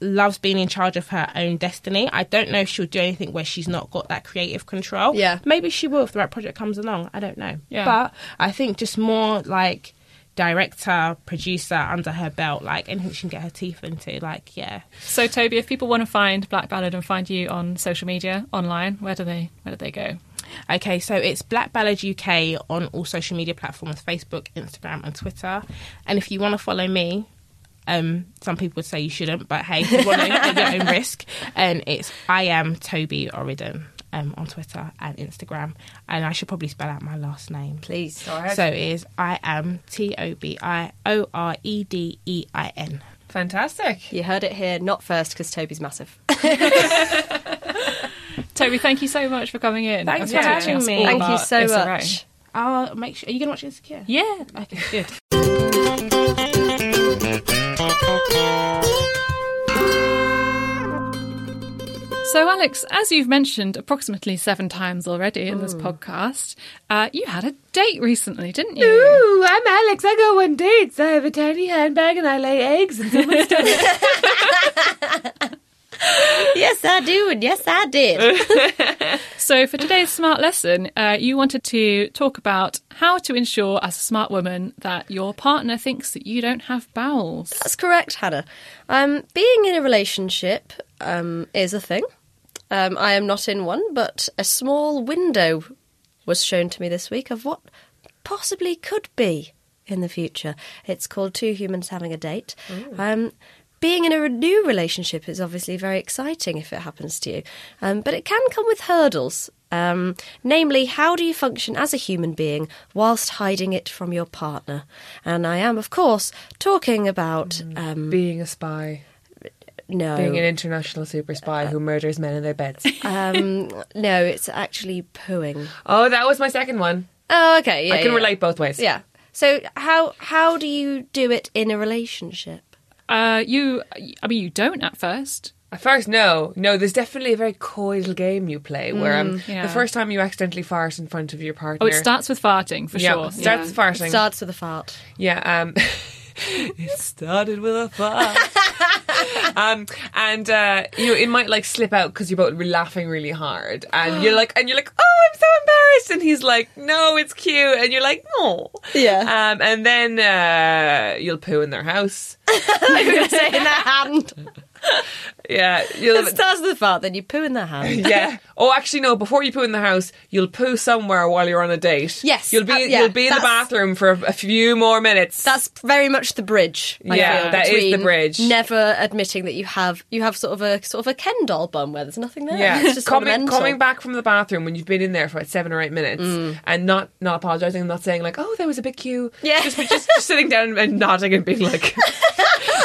[SPEAKER 6] loves being in charge of her own destiny. I don't know if she'll do anything where she's not got that creative control.
[SPEAKER 2] Yeah.
[SPEAKER 6] Maybe she will if the right project comes along. I don't know.
[SPEAKER 1] Yeah.
[SPEAKER 6] But I think just more like director, producer under her belt, like anything she can get her teeth into. Like, yeah.
[SPEAKER 1] So, Toby, if people want to find Black Ballad and find you on social media, online, where do they where do they go?
[SPEAKER 6] Okay, so it's Black Ballad UK on all social media platforms Facebook, Instagram, and Twitter. And if you want to follow me, um, some people would say you shouldn't, but hey, you want to at your own risk. And it's I am Toby Orridon um, on Twitter and Instagram. And I should probably spell out my last name.
[SPEAKER 2] Please.
[SPEAKER 6] So it is I am T O B I O R E D E I N.
[SPEAKER 3] Fantastic.
[SPEAKER 2] You heard it here, not first because Toby's massive.
[SPEAKER 1] Toby, thank you so much for coming in.
[SPEAKER 6] Thanks
[SPEAKER 1] and
[SPEAKER 6] for
[SPEAKER 1] teaching
[SPEAKER 6] having
[SPEAKER 1] us
[SPEAKER 6] me.
[SPEAKER 1] all
[SPEAKER 2] Thank you
[SPEAKER 1] about
[SPEAKER 2] so
[SPEAKER 1] Issa Rae.
[SPEAKER 2] much.
[SPEAKER 6] I'll make sure. Are you going to watch Insecure?
[SPEAKER 1] Yeah.
[SPEAKER 6] Okay, good.
[SPEAKER 1] So, Alex, as you've mentioned approximately seven times already in
[SPEAKER 3] Hmm.
[SPEAKER 1] this podcast, uh, you had a date recently, didn't you?
[SPEAKER 3] Ooh, I'm Alex. I go on dates. I have a tiny handbag and I lay eggs.
[SPEAKER 2] yes, I do, and yes, I did.
[SPEAKER 1] So, for today's smart lesson, uh, you wanted to talk about how to ensure, as a smart woman, that your partner thinks that you don't have bowels.
[SPEAKER 2] That's correct, Hannah. Um, being in a relationship um, is a thing. Um, I am not in one, but a small window was shown to me this week of what possibly could be in the future. It's called Two Humans Having a Date. Um, being in a re- new relationship is obviously very exciting if it happens to you, um, but it can come with hurdles. Um, namely, how do you function as a human being whilst hiding it from your partner? And I am, of course, talking about um,
[SPEAKER 3] Being a spy.
[SPEAKER 2] no,
[SPEAKER 1] Oh.
[SPEAKER 3] Being an international super spy who murders men in their beds.
[SPEAKER 2] um, no, it's actually pooing.
[SPEAKER 3] Oh, that was my second one.
[SPEAKER 2] Oh, okay, yeah,
[SPEAKER 3] I can
[SPEAKER 2] yeah.
[SPEAKER 3] relate both ways.
[SPEAKER 2] Yeah. So how how do you do it in a relationship?
[SPEAKER 1] Uh, you, I mean, you don't at first.
[SPEAKER 3] At first, no, no. There's definitely a very coy little game you play where um,
[SPEAKER 1] Mm, yeah.
[SPEAKER 3] the first time you accidentally fart in front of your partner.
[SPEAKER 1] Oh, it starts with farting for
[SPEAKER 3] yeah,
[SPEAKER 1] sure.
[SPEAKER 3] starts
[SPEAKER 1] Yeah.
[SPEAKER 3] farting.
[SPEAKER 2] Starts with a fart.
[SPEAKER 3] Yeah, um, it started with a fart. um, and uh, you know, it might like slip out because you're both laughing really hard, and you're like, and you're like, oh, I'm so embarrassed, and he's like, no, it's cute, and you're like, no,
[SPEAKER 2] Yeah.
[SPEAKER 3] um, and then uh, you'll poo in their house.
[SPEAKER 2] I was gonna say in the hand.
[SPEAKER 3] Yeah, you'll.
[SPEAKER 2] It starts with a fart, then you poo in the hand.
[SPEAKER 3] yeah. Oh, actually, no. Before you poo in the house, you'll poo somewhere while you're on a date.
[SPEAKER 2] Yes,
[SPEAKER 3] You'll be
[SPEAKER 2] uh, yeah,
[SPEAKER 3] you'll be in the
[SPEAKER 2] that's-
[SPEAKER 3] bathroom for a, a few more minutes.
[SPEAKER 2] That's very much the bridge. I
[SPEAKER 3] Yeah,
[SPEAKER 2] feel,
[SPEAKER 3] that is the
[SPEAKER 2] between
[SPEAKER 3] bridge.
[SPEAKER 2] Never admitting that you have you have sort of a sort of a Ken doll bum where there's nothing there.
[SPEAKER 3] Yeah,
[SPEAKER 2] it's just
[SPEAKER 3] coming
[SPEAKER 2] ornamental.
[SPEAKER 3] coming back from the bathroom when you've been in there for like seven or eight minutes
[SPEAKER 2] Mm.
[SPEAKER 3] and not not apologising, and not saying like, "Oh, there was a big queue."
[SPEAKER 2] Yeah.
[SPEAKER 3] just just, just sitting down and nodding and being like,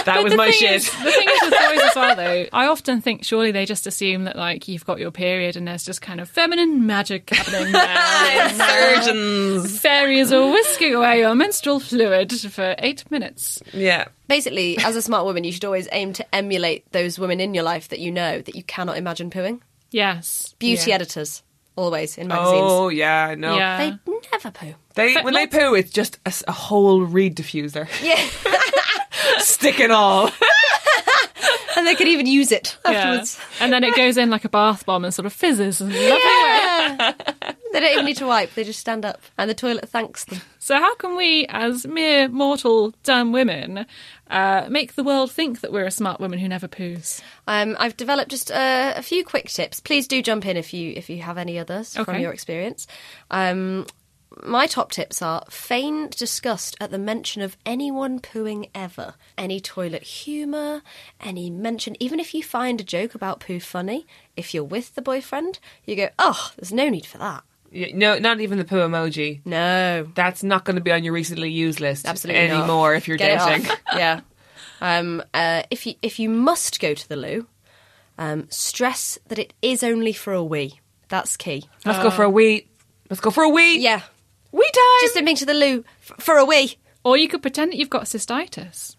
[SPEAKER 3] "That was
[SPEAKER 1] the
[SPEAKER 3] my
[SPEAKER 1] thing
[SPEAKER 3] shit."
[SPEAKER 1] Is, the thing is with boys as well, though, I often think surely they just assume that like you've got your period and there's just kind of feminine magic happening there. uh,
[SPEAKER 3] Surgeons.
[SPEAKER 1] Fairies will whisk away your menstrual fluid for eight minutes.
[SPEAKER 3] Yeah.
[SPEAKER 2] Basically, as a smart woman, you should always aim to emulate those women in your life that you know that you cannot imagine pooing.
[SPEAKER 1] Yes.
[SPEAKER 2] Beauty editors always in magazines.
[SPEAKER 3] Oh yeah, no.
[SPEAKER 1] Yeah.
[SPEAKER 2] They never poo.
[SPEAKER 3] They when they poo, it's just a, s- a whole reed diffuser,
[SPEAKER 2] Yeah.
[SPEAKER 3] stick and all.
[SPEAKER 2] and they could even use it
[SPEAKER 1] Yeah.
[SPEAKER 2] afterwards.
[SPEAKER 1] And then it goes in like a bath bomb and sort of fizzes. And lovely way.
[SPEAKER 2] Yeah. They don't even need to wipe, they just stand up. And the toilet thanks them.
[SPEAKER 1] So, how can we, as mere mortal dumb women, uh, make the world think that we're a smart woman who never poos?
[SPEAKER 2] Um, I've developed just uh, a few quick tips. Please do jump in if you if you have any others from
[SPEAKER 1] Okay.
[SPEAKER 2] your experience. Um, my top tips are feign disgust at the mention of anyone pooing ever, any toilet humour, any mention. Even if you find a joke about poo funny, if you're with the boyfriend, you go, "Oh, there's no need for that."
[SPEAKER 3] Yeah, No, not even the poo emoji.
[SPEAKER 2] No,
[SPEAKER 3] That's not going to be on your recently used list
[SPEAKER 2] absolutely not.
[SPEAKER 3] anymore if you're
[SPEAKER 2] Get it
[SPEAKER 3] dating.
[SPEAKER 2] off. yeah. Um, uh, if you if you must go to the loo, um, stress that it is only for a wee. That's key.
[SPEAKER 3] Let's go for a wee. Let's go for a wee.
[SPEAKER 2] Yeah,
[SPEAKER 3] Wee time.
[SPEAKER 2] just admitting to the loo f- for a wee.
[SPEAKER 1] Or you could pretend that you've got cystitis.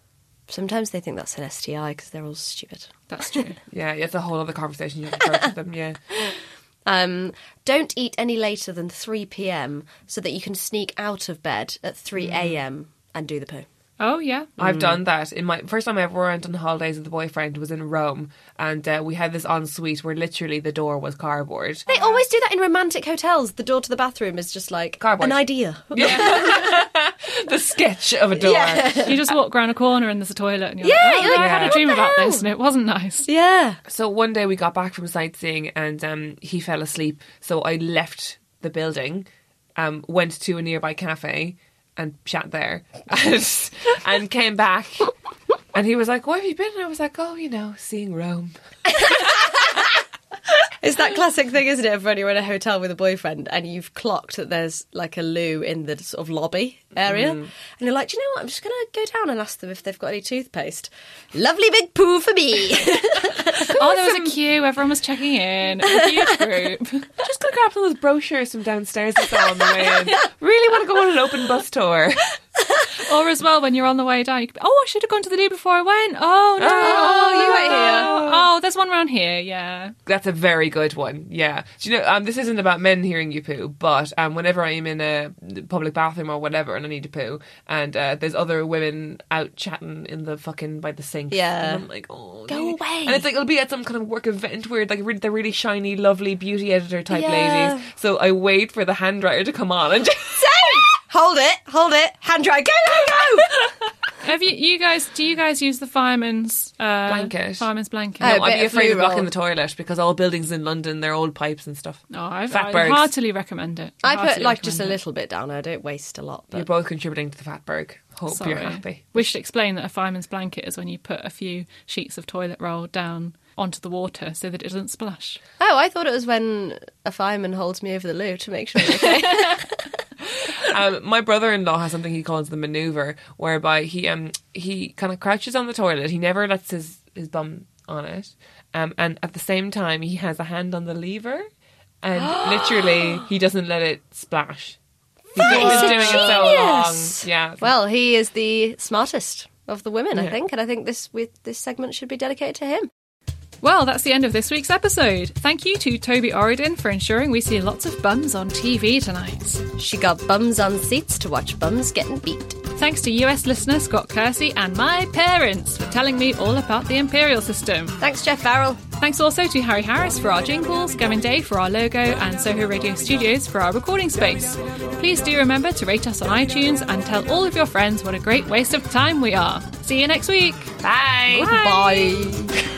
[SPEAKER 2] Sometimes they think that's an STI because they're all stupid.
[SPEAKER 1] That's true.
[SPEAKER 3] yeah, it's a whole other conversation you have to have with them. Yeah.
[SPEAKER 2] Um, don't eat any later than three p.m. so that you can sneak out of bed at three a.m. and do the poo.
[SPEAKER 1] oh, yeah.
[SPEAKER 3] I've done that. In my first time I ever went on holidays with a boyfriend was in Rome, and uh, we had this ensuite where literally the door was cardboard.
[SPEAKER 2] They always do that in romantic hotels. The door to the bathroom is just like
[SPEAKER 3] Cardboard.
[SPEAKER 2] an idea.
[SPEAKER 3] the sketch of a door.
[SPEAKER 1] You just walk round a corner and there's a toilet, and you're
[SPEAKER 2] Yeah,
[SPEAKER 1] like, oh,
[SPEAKER 2] you're
[SPEAKER 1] I
[SPEAKER 2] like,
[SPEAKER 1] had a
[SPEAKER 2] what
[SPEAKER 1] dream
[SPEAKER 2] the
[SPEAKER 1] about
[SPEAKER 2] hell?
[SPEAKER 1] this, and it wasn't nice.
[SPEAKER 2] Yeah.
[SPEAKER 3] So one day we got back from sightseeing and um, he fell asleep. So I left the building, um, went to a nearby cafe and sat there and, and came back. And he was like, Where have you been? And I was like, Oh, you know, seeing Rome.
[SPEAKER 2] It's that classic thing, isn't it? Of when you're in a hotel with a boyfriend and you've clocked that there's like a loo in the sort of lobby area,
[SPEAKER 3] Mm-hmm.
[SPEAKER 2] and you're like, Do you know what? I'm just going to go down and ask them if they've got any toothpaste. Lovely big poo for me.
[SPEAKER 1] Oh, there was a queue. Everyone was checking in. A huge group.
[SPEAKER 3] Just gonna grab some of those brochures from downstairs I saw on the way in. Really want to go on an open bus tour.
[SPEAKER 1] or as well, when you're on the way down, you could be, oh, I should have gone to the loo before I went. Oh, no. Oh,
[SPEAKER 2] you were here.
[SPEAKER 1] Oh, there's one round here. Yeah.
[SPEAKER 3] That's a very good one. Yeah. Do you know, um, this isn't about men hearing you poo, but um, whenever I'm in a public bathroom or whatever and I need to poo, and uh, there's other women out chatting in the fucking by the sink,
[SPEAKER 2] Yeah.
[SPEAKER 3] and I'm like, oh,
[SPEAKER 2] Go
[SPEAKER 3] no."
[SPEAKER 2] away.
[SPEAKER 3] And it's like it'll be at some kind of work event where like re- the really shiny, lovely beauty editor type
[SPEAKER 2] Yeah.
[SPEAKER 3] ladies. So I wait for the hand dryer to come on and just.
[SPEAKER 2] hold it, hold it, hand dry, go, go, go.
[SPEAKER 1] Have you, you guys, do you guys use the fireman's uh,
[SPEAKER 3] Blanket.
[SPEAKER 1] Fireman's blanket.
[SPEAKER 2] Oh,
[SPEAKER 3] No, I'd
[SPEAKER 2] bit
[SPEAKER 3] be
[SPEAKER 2] of
[SPEAKER 3] afraid of
[SPEAKER 2] blue
[SPEAKER 3] blocking
[SPEAKER 2] roll.
[SPEAKER 3] the toilet because all buildings in London, they're old pipes and stuff.
[SPEAKER 2] Oh,
[SPEAKER 1] No, I,
[SPEAKER 3] Fat
[SPEAKER 1] Oh, I
[SPEAKER 3] birds.
[SPEAKER 1] heartily recommend it.
[SPEAKER 2] I put
[SPEAKER 1] Heartily
[SPEAKER 2] like just a
[SPEAKER 1] recommend
[SPEAKER 2] little bit down. I don't waste a lot.
[SPEAKER 3] You're
[SPEAKER 2] But
[SPEAKER 3] both contributing to the fatberg. Hope
[SPEAKER 1] it.
[SPEAKER 3] you're
[SPEAKER 1] Sorry.
[SPEAKER 3] happy.
[SPEAKER 1] We should explain that a fireman's blanket is when you put a few sheets of toilet roll down onto the water so that it doesn't splash.
[SPEAKER 2] oh, I thought it was when a fireman holds me over the loo to make sure. I'm okay.
[SPEAKER 3] um, my brother-in-law has something he calls the maneuver, whereby he um he kind of crouches on the toilet. He never lets his his bum on it, um, and at the same time he has a hand on the lever, and literally he doesn't let it splash. He's been
[SPEAKER 2] is a
[SPEAKER 3] doing
[SPEAKER 2] genius.
[SPEAKER 3] it so long. Yeah.
[SPEAKER 2] well, he is the smartest of the women, I think, and I think this with this segment should be dedicated to him.
[SPEAKER 1] Well, that's the end of this week's episode. Thank you to Toby Oridon for ensuring we see lots of bums on TV tonight.
[SPEAKER 2] She got bums on seats to watch bums getting beat.
[SPEAKER 1] Thanks to US listener Scott Kersey and my parents for telling me all about the imperial system.
[SPEAKER 2] Thanks, Jeff Farrell.
[SPEAKER 1] Thanks also to Harry Harris for our jingles, Gavin Day for our logo, and Soho Radio Studios for our recording space. Please do remember to rate us on iTunes and tell all of your friends what a great waste of time we are. See you next week. Bye.
[SPEAKER 2] Bye.